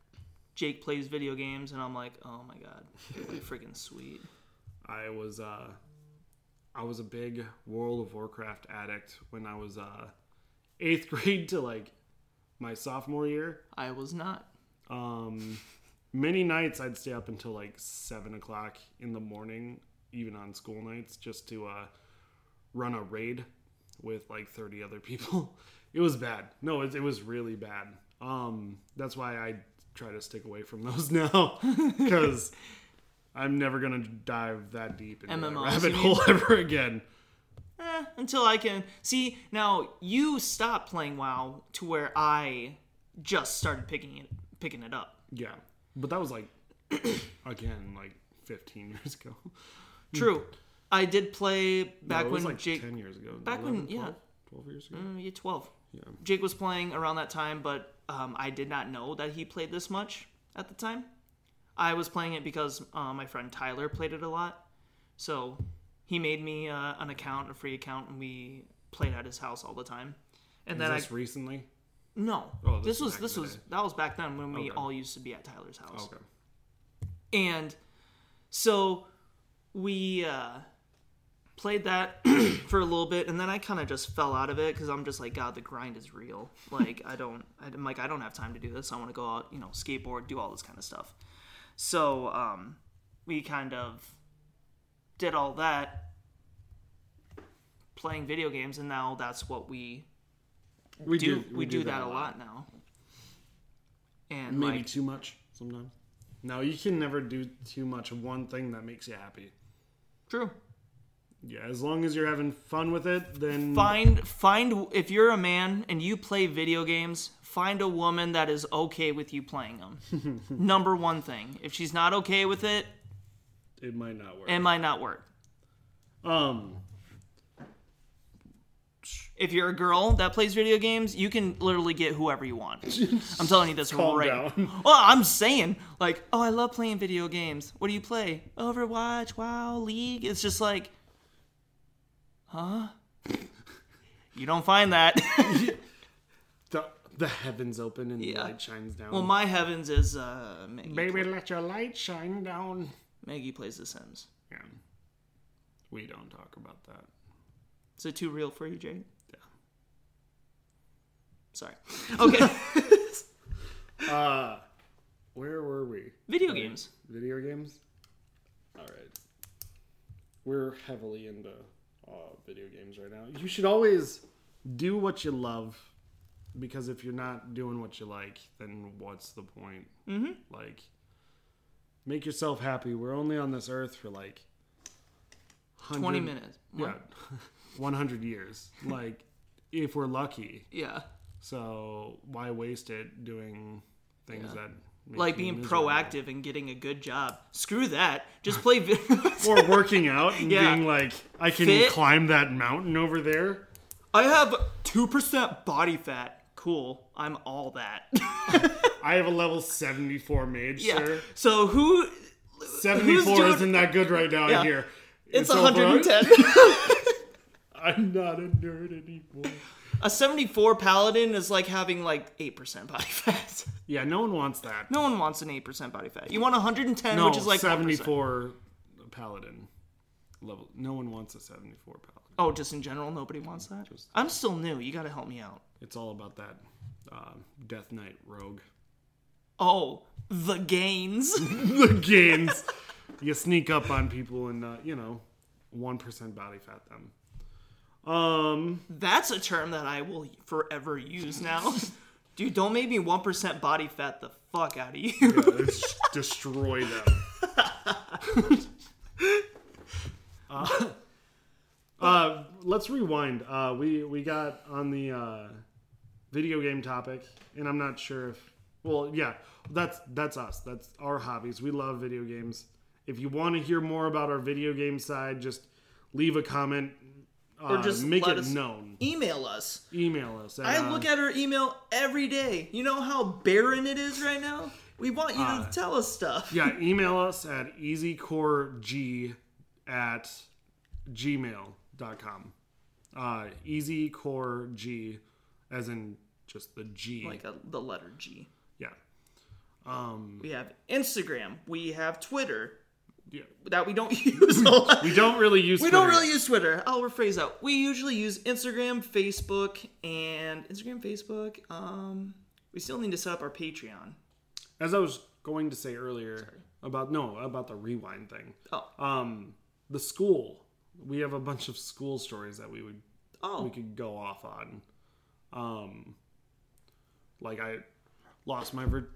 [SPEAKER 1] Jake plays video games and I'm like, oh my god, you're freaking sweet.
[SPEAKER 2] I was uh, I was a big World of Warcraft addict when I was uh, eighth *laughs* grade to like my sophomore year.
[SPEAKER 1] I was not.
[SPEAKER 2] Um, many nights I'd stay up until like seven o'clock in the morning, even on school nights, just to uh, run a raid with like thirty other people. *laughs* It was bad. No, it, it was really bad. Um, that's why I try to stick away from *laughs* those now because. I'm never gonna dive that deep into that
[SPEAKER 1] MMOs,
[SPEAKER 2] rabbit
[SPEAKER 1] you
[SPEAKER 2] hole *laughs* ever again.
[SPEAKER 1] Eh, until I can see now you stopped playing WoW to where I just started picking it picking it up.
[SPEAKER 2] Yeah, but that was like *clears throat* again like 15 years ago.
[SPEAKER 1] True. I did play back
[SPEAKER 2] Hmm. it was
[SPEAKER 1] when
[SPEAKER 2] like
[SPEAKER 1] Jake
[SPEAKER 2] 10 years ago.
[SPEAKER 1] back when- yeah.
[SPEAKER 2] 12, 12 years ago.
[SPEAKER 1] Mm, yeah, 12. Jake was playing around that time, but um, I did not know that he played this much at the time. I was playing it because uh, my friend Tyler played it a lot. So he made me uh, an account, a free account, and we played at his house all the time. And
[SPEAKER 2] Is
[SPEAKER 1] then
[SPEAKER 2] this
[SPEAKER 1] I
[SPEAKER 2] recently?
[SPEAKER 1] no,
[SPEAKER 2] Oh,
[SPEAKER 1] this was
[SPEAKER 2] this was back
[SPEAKER 1] this
[SPEAKER 2] in the
[SPEAKER 1] was
[SPEAKER 2] day.
[SPEAKER 1] that was back then when we
[SPEAKER 2] Okay.
[SPEAKER 1] all used to be at Tyler's house.
[SPEAKER 2] Okay.
[SPEAKER 1] And so we uh, played that *clears throat* for a little bit, and then I kind of just fell out of it because I'm just like, God, the grind is real. *laughs* Like I don't, I'm like I don't have time to do this. I want to go out, you know, skateboard, do all this kind of stuff. So um, we kind of did all that playing video games, and now that's what we
[SPEAKER 2] We
[SPEAKER 1] do. we, do, that, a lot now. And
[SPEAKER 2] Maybe
[SPEAKER 1] like,
[SPEAKER 2] too much sometimes. No, you can never do too much of one thing that makes you happy.
[SPEAKER 1] true.
[SPEAKER 2] Yeah, as long as you're having fun with it, then
[SPEAKER 1] find find if you're a man and you play video games find a woman that is okay with you playing them
[SPEAKER 2] *laughs*
[SPEAKER 1] number one thing if she's not okay with it
[SPEAKER 2] it might not work.
[SPEAKER 1] it might not work
[SPEAKER 2] um,
[SPEAKER 1] if you're a girl that plays video games you can literally get whoever you
[SPEAKER 2] *laughs*
[SPEAKER 1] want i'm telling you this
[SPEAKER 2] calm
[SPEAKER 1] right
[SPEAKER 2] down.
[SPEAKER 1] *laughs*
[SPEAKER 2] *laughs*
[SPEAKER 1] well i'm saying like oh i love playing video games what do you play overwatch wow league it's just like huh
[SPEAKER 2] *laughs*
[SPEAKER 1] you don't find that *laughs*
[SPEAKER 2] the, the heavens open and
[SPEAKER 1] Yeah.
[SPEAKER 2] the light shines down.
[SPEAKER 1] well my heavens is uh maggie,
[SPEAKER 2] Baby, let your light shine down.
[SPEAKER 1] maggie plays the sims
[SPEAKER 2] Yeah. We don't talk about that.
[SPEAKER 1] *laughs* Is it too real for you, Jake?
[SPEAKER 2] Yeah.
[SPEAKER 1] Sorry. Okay.
[SPEAKER 2] Uh, where were we?
[SPEAKER 1] Video games.
[SPEAKER 2] Video games. All right. We're heavily into uh, video games right now. You should always do what you love, because if you're not doing what you like, then what's the point? Mm-hmm. Like, make yourself happy. We're only on this earth for like 100,
[SPEAKER 1] 20 minutes.
[SPEAKER 2] *laughs* Yeah,
[SPEAKER 1] What?
[SPEAKER 2] one hundred years. Like, if we're lucky,
[SPEAKER 1] Yeah.
[SPEAKER 2] So why waste it doing things that make
[SPEAKER 1] like
[SPEAKER 2] you
[SPEAKER 1] being
[SPEAKER 2] miserable?
[SPEAKER 1] proactive and getting a good job. Screw that. Just play video.
[SPEAKER 2] *laughs* or working out and
[SPEAKER 1] Yeah.
[SPEAKER 2] being like, I can
[SPEAKER 1] Fit.
[SPEAKER 2] climb that mountain over there.
[SPEAKER 1] *laughs* I have 2% body fat. Cool. I'm all that. *laughs*
[SPEAKER 2] I have a level seventy four mage,
[SPEAKER 1] yeah.
[SPEAKER 2] sir.
[SPEAKER 1] So who
[SPEAKER 2] Seventy four
[SPEAKER 1] doing-
[SPEAKER 2] isn't that good right now
[SPEAKER 1] Yeah.
[SPEAKER 2] here.
[SPEAKER 1] it's
[SPEAKER 2] so for us-
[SPEAKER 1] 110.
[SPEAKER 2] I'm not a nerd anymore.
[SPEAKER 1] a 74 paladin is like having like 8% body fat. *laughs*
[SPEAKER 2] Yeah, no one wants that.
[SPEAKER 1] No one wants an 8% body fat. You want 110,
[SPEAKER 2] No,
[SPEAKER 1] which is like 74.
[SPEAKER 2] 74 paladin level. No one wants a 74 paladin.
[SPEAKER 1] Oh, just in general, nobody wants that. I'm still new. You got to help me out.
[SPEAKER 2] It's all about that uh, Death Knight rogue. *laughs*
[SPEAKER 1] Oh, the gains. *laughs*
[SPEAKER 2] the gains. you sneak up on people and, uh, you know, 1% body fat them. Um,
[SPEAKER 1] That's a term that I will forever use
[SPEAKER 2] *laughs*
[SPEAKER 1] now. Dude, don't make me 1% body fat the fuck out of you.
[SPEAKER 2] it's destroy them. *laughs* Uh, uh, let's rewind. Uh, we we got on the uh, video game topic, and I'm not sure if. Well, yeah, that's that's us. That's our hobbies. We love video games. If you want to hear more about our video game side, just leave a comment. Uh,
[SPEAKER 1] Or just
[SPEAKER 2] make
[SPEAKER 1] let
[SPEAKER 2] it
[SPEAKER 1] us-
[SPEAKER 2] known.
[SPEAKER 1] *laughs* Email us.
[SPEAKER 2] Email us. uh,
[SPEAKER 1] I look at her email every day. You know how barren it is right now? We want you
[SPEAKER 2] Uh.
[SPEAKER 1] to tell us stuff. *laughs*
[SPEAKER 2] yeah email us at easycoreg at gmail.com uh easycoreg as in just the g
[SPEAKER 1] Like a, the letter G.
[SPEAKER 2] yeah
[SPEAKER 1] We have Instagram. We have Twitter
[SPEAKER 2] yeah
[SPEAKER 1] that we don't *laughs* use a lot.
[SPEAKER 2] we don't really use
[SPEAKER 1] We don't
[SPEAKER 2] Twitter.
[SPEAKER 1] really use Twitter. I'll rephrase that. We usually use Instagram, Facebook, and Instagram, Facebook. Um, we still need to set up our Patreon.
[SPEAKER 2] as i was going to say earlier about no about the rewind thing
[SPEAKER 1] Oh,
[SPEAKER 2] um the school we have a bunch of school stories that we would we
[SPEAKER 1] oh,
[SPEAKER 2] could go off on. Um, like I lost my. Vir-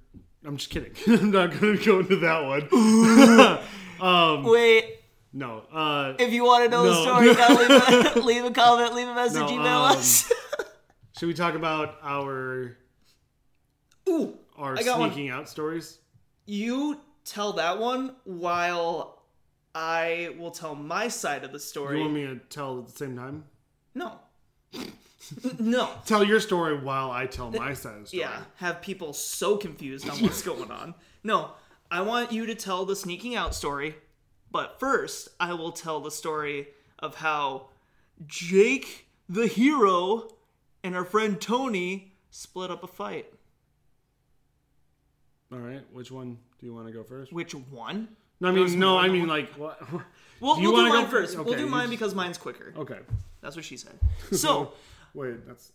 [SPEAKER 2] I'm just kidding. *laughs* I'm not going to go into that one.
[SPEAKER 1] wait.
[SPEAKER 2] No. Uh,
[SPEAKER 1] If you want to know
[SPEAKER 2] No.
[SPEAKER 1] the
[SPEAKER 2] *laughs*
[SPEAKER 1] story, now leave, a, leave a comment, leave a message,
[SPEAKER 2] No,
[SPEAKER 1] email
[SPEAKER 2] um,
[SPEAKER 1] us. *laughs*
[SPEAKER 2] should we talk about our
[SPEAKER 1] Ooh,
[SPEAKER 2] our
[SPEAKER 1] I got one.
[SPEAKER 2] sneaking out stories?
[SPEAKER 1] you tell that one while I will tell my side of the
[SPEAKER 2] You
[SPEAKER 1] story.
[SPEAKER 2] want me to tell at the same time?
[SPEAKER 1] no, *laughs* no.
[SPEAKER 2] Tell your story while I tell my side of the story.
[SPEAKER 1] Yeah, have people so confused on
[SPEAKER 2] *laughs*
[SPEAKER 1] what's going on. No, I want you to tell the sneaking out story, but first I will tell the story of how Jake the hero and our friend Tony split up a fight.
[SPEAKER 2] All right. Which one do you want to go first?
[SPEAKER 1] Which one?
[SPEAKER 2] No, I mean no. I mean like what? *laughs*
[SPEAKER 1] Well,
[SPEAKER 2] Do you
[SPEAKER 1] we'll do
[SPEAKER 2] wanna go
[SPEAKER 1] mine
[SPEAKER 2] first?
[SPEAKER 1] first. We'll
[SPEAKER 2] Okay,
[SPEAKER 1] do
[SPEAKER 2] you
[SPEAKER 1] mine
[SPEAKER 2] just-
[SPEAKER 1] because mine's quicker.
[SPEAKER 2] Okay.
[SPEAKER 1] That's what she
[SPEAKER 2] *laughs*
[SPEAKER 1] said. So,
[SPEAKER 2] Wait. That's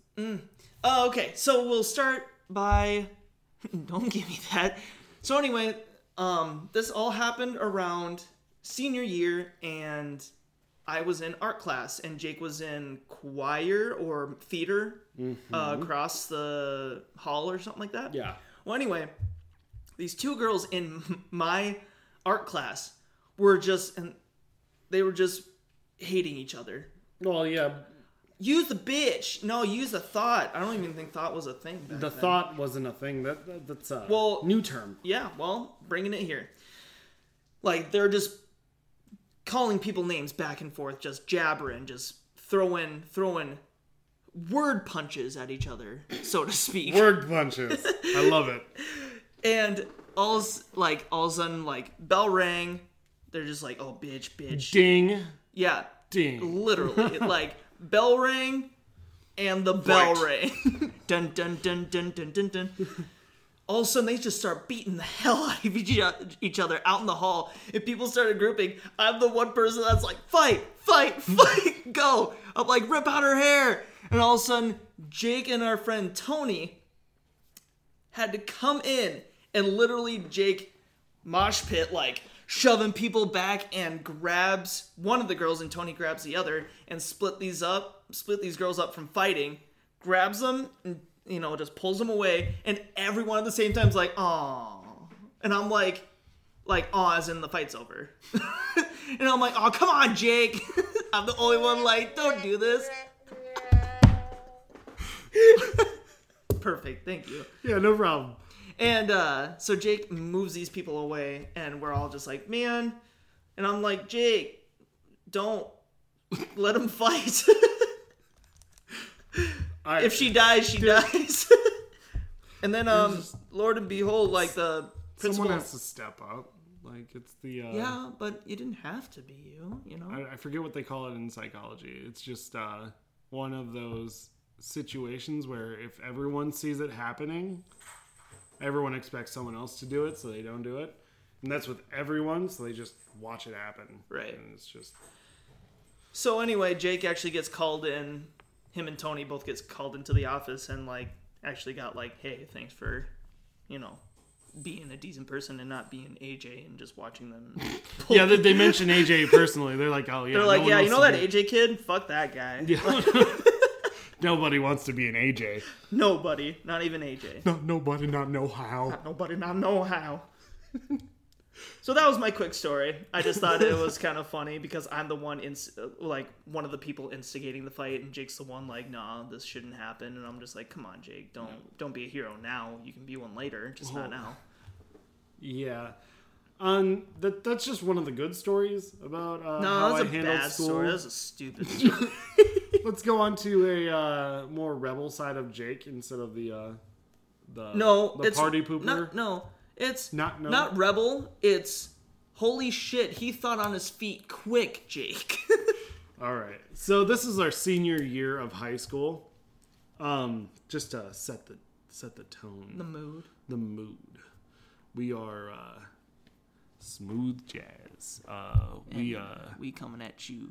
[SPEAKER 1] uh, okay, so we'll start by. *laughs* Don't give me that. So anyway, um, this all happened around senior year, and I was in art class, and Jake was in choir or theater uh, across the hall or something like that.
[SPEAKER 2] yeah.
[SPEAKER 1] Well, anyway, these two girls in *laughs* my art class were just and they were just hating each other.
[SPEAKER 2] Well, yeah.
[SPEAKER 1] Use the bitch. No, use the thought. I don't even think thought was a thing. Back
[SPEAKER 2] The
[SPEAKER 1] then.
[SPEAKER 2] thought wasn't a thing. That, that that's a
[SPEAKER 1] Well-
[SPEAKER 2] new term.
[SPEAKER 1] Yeah, well, bringing it here. Like they're just calling people names back and forth, just jabbering, just throwing throwing word punches at each other, so to speak.
[SPEAKER 2] Word punches. I
[SPEAKER 1] *laughs*
[SPEAKER 2] love it.
[SPEAKER 1] and all s- like all of a sudden like bell rang. They're just like, oh bitch, bitch.
[SPEAKER 2] Ding,
[SPEAKER 1] Yeah,
[SPEAKER 2] ding.
[SPEAKER 1] literally. like bell rang and the bell rang. *laughs* dun dun dun dun dun dun dun. All of a sudden, they just start beating the hell out of each, each other out in the hall. And people started grouping. I'm the one person that's like, fight, fight, *laughs* fight, go. I'm like, rip out her hair. And all of a sudden, Jake and our friend Tony had to come in and literally Jake mosh pit like shoving people back and grabs one of the girls and Tony grabs the other and split these up split these girls up from fighting grabs them and you know just pulls them away and everyone at the same time's like oh and I'm like like oh as in the fight's over *laughs* and I'm like oh come on Jake *laughs* I'm
[SPEAKER 3] *laughs*
[SPEAKER 1] the only one like don't do this Perfect. Thank you.
[SPEAKER 2] Yeah, no problem.
[SPEAKER 1] And uh, so Jake moves these people away, and we're all just like, man. And I'm like, Jake, don't let them fight. *laughs*
[SPEAKER 2] I,
[SPEAKER 1] if she dies, she dies. *laughs* and then, um, Lord and behold, like the
[SPEAKER 2] someone
[SPEAKER 1] principal.
[SPEAKER 2] has to step up. Like it's the uh,
[SPEAKER 1] yeah, but you didn't have to be you. You know.
[SPEAKER 2] I, I forget what they call it in psychology. It's just uh, one of those situations where if everyone sees it happening, everyone expects someone else to do it, so they don't do it. And that's with everyone, so they just watch it happen.
[SPEAKER 1] Right.
[SPEAKER 2] And it's
[SPEAKER 1] *laughs*
[SPEAKER 2] just
[SPEAKER 1] So anyway, Jake actually gets called in. Him and Tony both gets called into the office and like actually got like, hey, thanks for, you know, being a decent person and not being AJ and just watching them.
[SPEAKER 2] yeah. They, they mention AJ personally. They're like, oh yeah.
[SPEAKER 1] They're like, yeah, you know that AJ kid? Fuck that guy. *laughs*
[SPEAKER 2] Nobody wants to be an AJ.
[SPEAKER 1] Nobody, not even AJ.
[SPEAKER 2] No, nobody not know how.
[SPEAKER 1] Nobody, not know
[SPEAKER 2] *laughs*
[SPEAKER 1] how. so that was my quick story. I just thought it was kind of funny because I'm the one, inst- uh, like one of the people instigating the fight, and Jake's the one like, nah, this shouldn't happen. And I'm just like, come on, Jake, don't don't be a hero now. You can be one later, just not now.
[SPEAKER 2] Yeah. Um, that that's just one of the good stories about uh,
[SPEAKER 1] No,
[SPEAKER 2] how
[SPEAKER 1] that's
[SPEAKER 2] I
[SPEAKER 1] a
[SPEAKER 2] handled
[SPEAKER 1] bad
[SPEAKER 2] school.
[SPEAKER 1] story. That's a stupid
[SPEAKER 2] *laughs*
[SPEAKER 1] story.
[SPEAKER 2] Let's go on to a uh, more rebel side of Jake instead of the uh, the
[SPEAKER 1] No,
[SPEAKER 2] the
[SPEAKER 1] it's
[SPEAKER 2] party pooper.
[SPEAKER 1] Not, no, it's
[SPEAKER 2] Not- no.
[SPEAKER 1] not rebel. It's holy shit. He thought on his feet quick, Jake. *laughs*
[SPEAKER 2] All right, so this is our senior year of high school. Um, just to set the set the tone,
[SPEAKER 1] the mood.
[SPEAKER 2] the mood. We are uh, smooth jazz. Uh, we uh,
[SPEAKER 1] We coming at you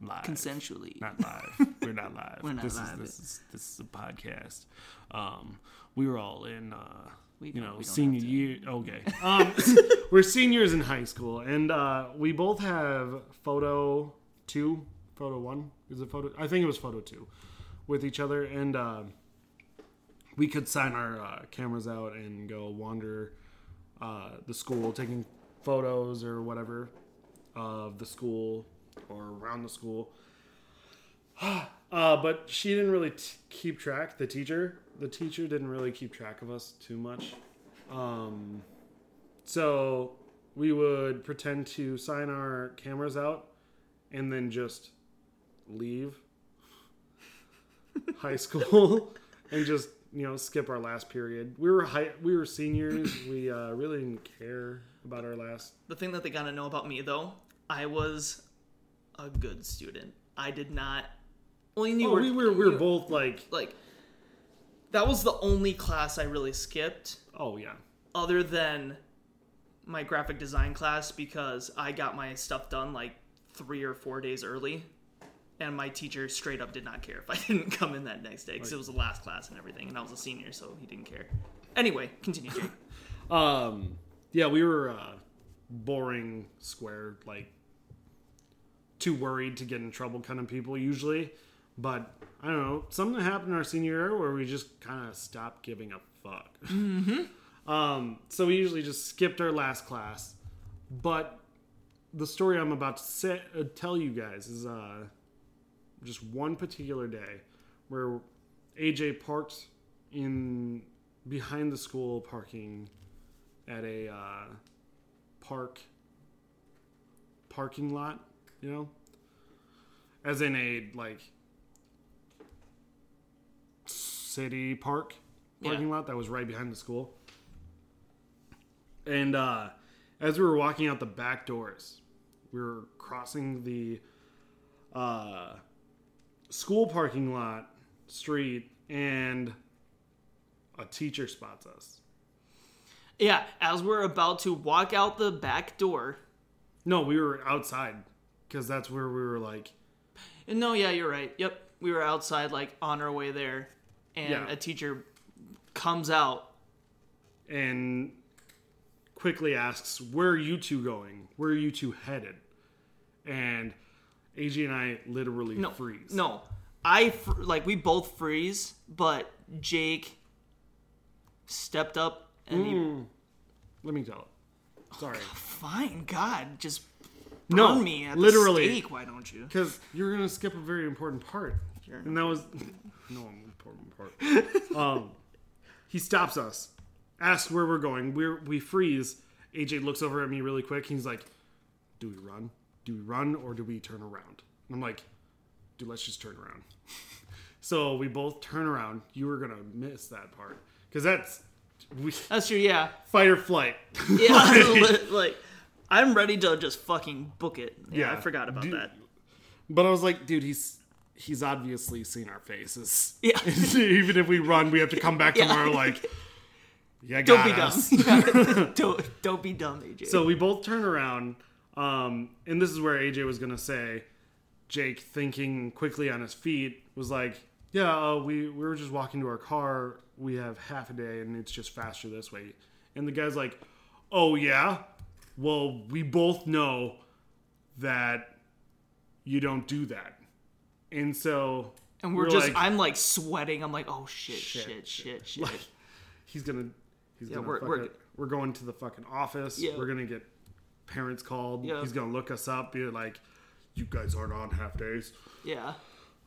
[SPEAKER 2] live.
[SPEAKER 1] consensually.
[SPEAKER 2] not live. We're not live.
[SPEAKER 1] We're not
[SPEAKER 2] this
[SPEAKER 1] live.
[SPEAKER 2] Is, this is this is a podcast. Um, we were all in, uh,
[SPEAKER 1] We
[SPEAKER 2] you
[SPEAKER 1] don't-
[SPEAKER 2] know,
[SPEAKER 1] we don't
[SPEAKER 2] senior
[SPEAKER 1] have to.
[SPEAKER 2] year. Okay, um, *laughs* we're seniors in high school, and uh, we both have photo two, photo one. Is it photo? I think it was photo two, with each other, and uh, we could sign our uh, cameras out and go wander uh, the school, taking photos or whatever of the school or around the school. Uh, but she didn't really t- keep track. The teacher, the teacher didn't really keep track of us too much. Um, so we would pretend to sign our cameras out and then just leave *laughs* high school and just you know skip our last period. We were high, we were seniors. We uh, really didn't care about our last.
[SPEAKER 1] The thing that they gotta know about me though, I was a good student. I did not. Well, you
[SPEAKER 2] Oh,
[SPEAKER 1] were,
[SPEAKER 2] we were we were
[SPEAKER 1] you-
[SPEAKER 2] both like
[SPEAKER 1] like that was the only class I really skipped,
[SPEAKER 2] oh yeah
[SPEAKER 1] other than my graphic design class because I got my stuff done like three or four days early, and my teacher straight up did not care if I *laughs* didn't come in that next day because it was the last class and everything, and I was a senior, so he didn't care. Anyway, continue. Jake.
[SPEAKER 2] Um, yeah, we were uh, boring, square, like too worried to get in trouble kind of people usually. But I don't know, something happened our senior year where we just kind of stopped giving a fuck. *laughs* um, so we usually just skipped our last class. But the story I'm about to say, uh, tell you guys is uh, just one particular day where AJ parked in behind the school parking at a uh, park parking lot, you know, as in a like city park parking
[SPEAKER 1] Yeah.
[SPEAKER 2] lot that was right behind the school. And uh, as we were walking out the back doors, we were crossing the uh, school parking lot street, and a teacher spots us.
[SPEAKER 1] *laughs* Yeah, as we're about to walk out the back door.
[SPEAKER 2] No, we were outside because that's where we were like,
[SPEAKER 1] And no, yeah, you're right. Yep. We were outside, like, on our way there, and
[SPEAKER 2] Yeah.
[SPEAKER 1] a teacher comes out.
[SPEAKER 2] and quickly asks, Where are you two going? Where are you two headed? And AG and I literally
[SPEAKER 1] No.
[SPEAKER 2] freeze.
[SPEAKER 1] No. I, fr- like, we both freeze, but Jake stepped up and he.
[SPEAKER 2] Let me tell it. Sorry.
[SPEAKER 1] Fine, God, just
[SPEAKER 2] no,
[SPEAKER 1] burn me at
[SPEAKER 2] literally.
[SPEAKER 1] the stake, why don't you?
[SPEAKER 2] Because you're going to skip a very important part.
[SPEAKER 1] You're
[SPEAKER 2] And that was *laughs* no, I'm gonna pour them apart. *laughs* Um, he stops us, asks where we're going. We we freeze. AJ looks over at me really quick. He's like, "Do we run? Do we run or do we turn around?" And I'm like, "Dude, let's just turn around." *laughs* so we both turn around. You were gonna miss that part because that's we *laughs*
[SPEAKER 1] That's true. *laughs* Yeah.
[SPEAKER 2] fight or flight.
[SPEAKER 1] Yeah. *laughs* li- like, I'm ready to just fucking book it. Yeah. I
[SPEAKER 2] Yeah.
[SPEAKER 1] forgot about
[SPEAKER 2] Do-
[SPEAKER 1] that.
[SPEAKER 2] But I was like, dude, he's he's obviously seen our faces.
[SPEAKER 1] Yeah.
[SPEAKER 2] *laughs* Even if we run, we have to come back
[SPEAKER 1] Yeah. *laughs*
[SPEAKER 2] tomorrow. Like, yeah,
[SPEAKER 1] Don't
[SPEAKER 2] got
[SPEAKER 1] be *laughs*
[SPEAKER 2] us.
[SPEAKER 1] dumb. don't don't be dumb, AJ.
[SPEAKER 2] So we both turn around, um, and this is where AJ was gonna say. Jake, thinking quickly on his feet, was like, "Yeah, uh, we we were just walking to our car. We have half a day, and it's just faster this way." And the guy's like, "Oh yeah, well we both know that you don't do that." And so,
[SPEAKER 1] and we're,
[SPEAKER 2] we're
[SPEAKER 1] just
[SPEAKER 2] like-
[SPEAKER 1] I'm like sweating. I'm like, oh shit, shit, shit, shit.
[SPEAKER 2] like, he's gonna, he's gonna,
[SPEAKER 1] we're-
[SPEAKER 2] fuck
[SPEAKER 1] we're-
[SPEAKER 2] it. we're going to the fucking office.
[SPEAKER 1] Yeah.
[SPEAKER 2] We're gonna get parents called.
[SPEAKER 1] Yeah.
[SPEAKER 2] He's gonna look us up, be like, "You guys aren't on half days."
[SPEAKER 1] yeah.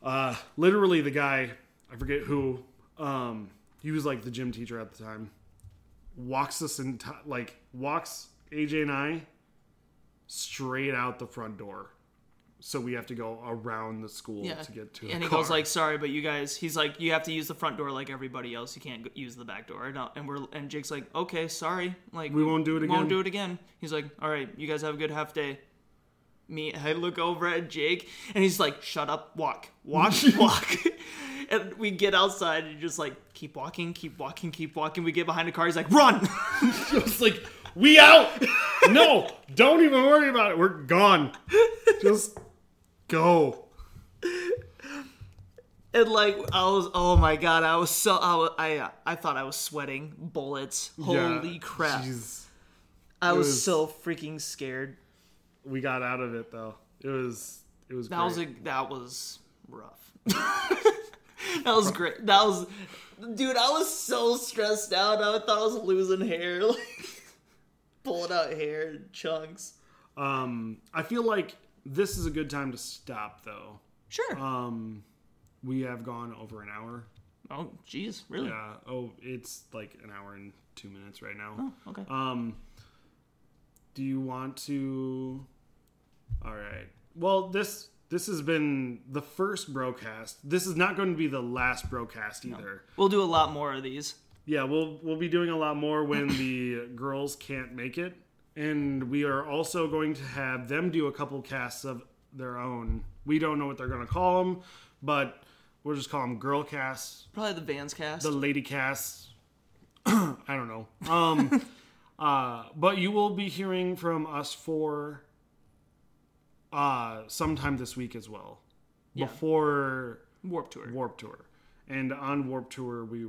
[SPEAKER 2] uh, literally the guy i forget who um, he was like the gym teacher at the time walks us and like walks aj and i straight out the front door so we have to go around the school
[SPEAKER 1] Yeah.
[SPEAKER 2] to get to
[SPEAKER 1] and
[SPEAKER 2] the
[SPEAKER 1] he
[SPEAKER 2] car.
[SPEAKER 1] goes like, "Sorry, but you guys." He's like, "You have to use the front door like everybody else. You can't go- use the back door." And, I- and we're and Jake's like, "Okay, sorry. Like
[SPEAKER 2] we won't do it again
[SPEAKER 1] Won't do it again." He's like, "All right, you guys have a good half day." Me, I look over at Jake, and he's like, "Shut up, walk,
[SPEAKER 2] *laughs*
[SPEAKER 1] walk, walk." *laughs* and we get outside and just like keep walking, keep walking, keep walking. We get behind a car. He's like, "Run!" *laughs*
[SPEAKER 2] It's like we out *laughs* no don't even worry about it we're gone just go
[SPEAKER 1] And like I was, oh my god, I was so I was, I, uh, I thought I was sweating bullets.
[SPEAKER 2] Yeah.
[SPEAKER 1] Holy crap!
[SPEAKER 2] Jeez.
[SPEAKER 1] I was,
[SPEAKER 2] was-
[SPEAKER 1] so freaking scared.
[SPEAKER 2] we got out of it though it was it was
[SPEAKER 1] That
[SPEAKER 2] great.
[SPEAKER 1] was a, that was rough. *laughs* that was great. That was, dude. I was so stressed out. I thought I was losing hair, *laughs* like pulling out hair in chunks.
[SPEAKER 2] Um, I feel like this is a good time to stop, though.
[SPEAKER 1] Sure.
[SPEAKER 2] Um, we have gone over an hour.
[SPEAKER 1] oh, jeez, really?
[SPEAKER 2] Uh, oh, it's like an hour and two minutes right now.
[SPEAKER 1] Oh, okay.
[SPEAKER 2] Um, do you want to? All right. Well, this this has been the first broadcast. This is not going to be the last broadcast either.
[SPEAKER 1] we'll do a lot more of these.
[SPEAKER 2] Yeah, we'll we'll be doing a lot more when the *coughs* girls can't make it, and we are also going to have them do a couple casts of their own. We don't know what they're going to call them, but we'll just call them girl casts,
[SPEAKER 1] Probably the Vans cast.
[SPEAKER 2] the lady casts. *clears throat* I don't know. Um, *laughs* uh, but you will be hearing from us for uh, sometime this week as well, before
[SPEAKER 1] Warp tour.
[SPEAKER 2] Warp Tour. And on Warp Tour, we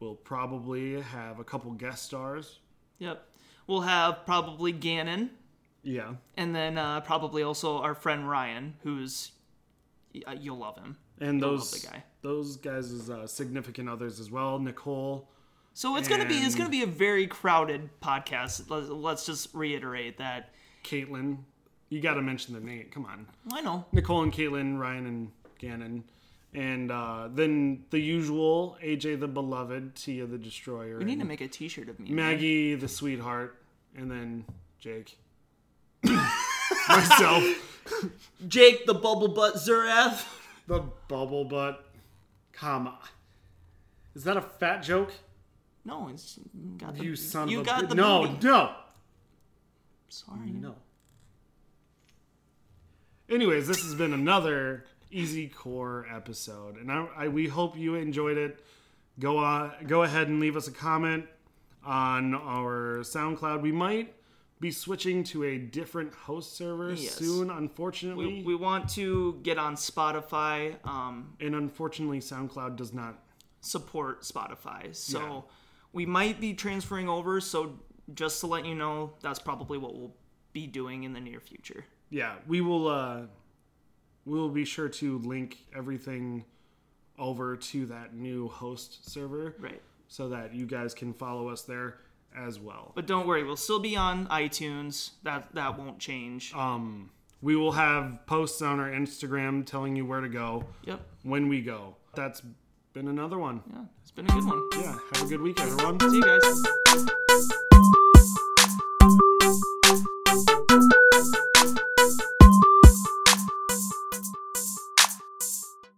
[SPEAKER 2] will probably have a couple guest stars.
[SPEAKER 1] Yep. We'll have probably Gannon.
[SPEAKER 2] Yeah.
[SPEAKER 1] and then uh, probably also our friend Ryan, who's uh, you'll love him.
[SPEAKER 2] And those
[SPEAKER 1] the guy.
[SPEAKER 2] those guys is uh, significant others as well. Nicole.
[SPEAKER 1] So it's gonna be it's
[SPEAKER 2] And-
[SPEAKER 1] gonna be a very crowded podcast. Let's, let's just reiterate that.
[SPEAKER 2] Caitlin. You got to mention their name. Come on.
[SPEAKER 1] I know.
[SPEAKER 2] Nicole and Caitlin, Ryan and Gannon. And uh, then the usual AJ the Beloved, Tia the Destroyer,
[SPEAKER 1] We need to
[SPEAKER 2] and
[SPEAKER 1] make a T-shirt of me.
[SPEAKER 2] Maggie the Sweetheart, and then *laughs* Jake. Myself.
[SPEAKER 1] Jake the Bubble Butt Zurath.
[SPEAKER 2] The bubble butt. Come on. Is that a fat joke?
[SPEAKER 1] No, it's you got the
[SPEAKER 2] You son
[SPEAKER 1] you
[SPEAKER 2] of a
[SPEAKER 1] got
[SPEAKER 2] bitch.
[SPEAKER 1] the
[SPEAKER 2] No,
[SPEAKER 1] booty.
[SPEAKER 2] no,
[SPEAKER 1] Sorry.
[SPEAKER 2] no. Anyways, this has been another Easy Core episode, and I, I we hope you enjoyed it. Go on, go ahead and leave us a comment on our SoundCloud. We might be switching to a different host server
[SPEAKER 1] Yes.
[SPEAKER 2] soon, unfortunately.
[SPEAKER 1] We, we want to get on Spotify. Um,
[SPEAKER 2] and unfortunately, SoundCloud does not.
[SPEAKER 1] support Spotify. So
[SPEAKER 2] Yeah.
[SPEAKER 1] we might be transferring over. So just to let you know, that's probably what we'll be doing in the near future.
[SPEAKER 2] yeah we will uh we will be sure to link everything over to that new host server
[SPEAKER 1] Right.
[SPEAKER 2] so that you guys can follow us there as well
[SPEAKER 1] But don't worry, we'll still be on iTunes. That that won't change.
[SPEAKER 2] um We will have posts on our Instagram telling you where to go
[SPEAKER 1] Yep.
[SPEAKER 2] when we go. That's been another one.
[SPEAKER 1] Yeah. It's been a good one.
[SPEAKER 2] Yeah. Have a good week, everyone.
[SPEAKER 1] See you guys.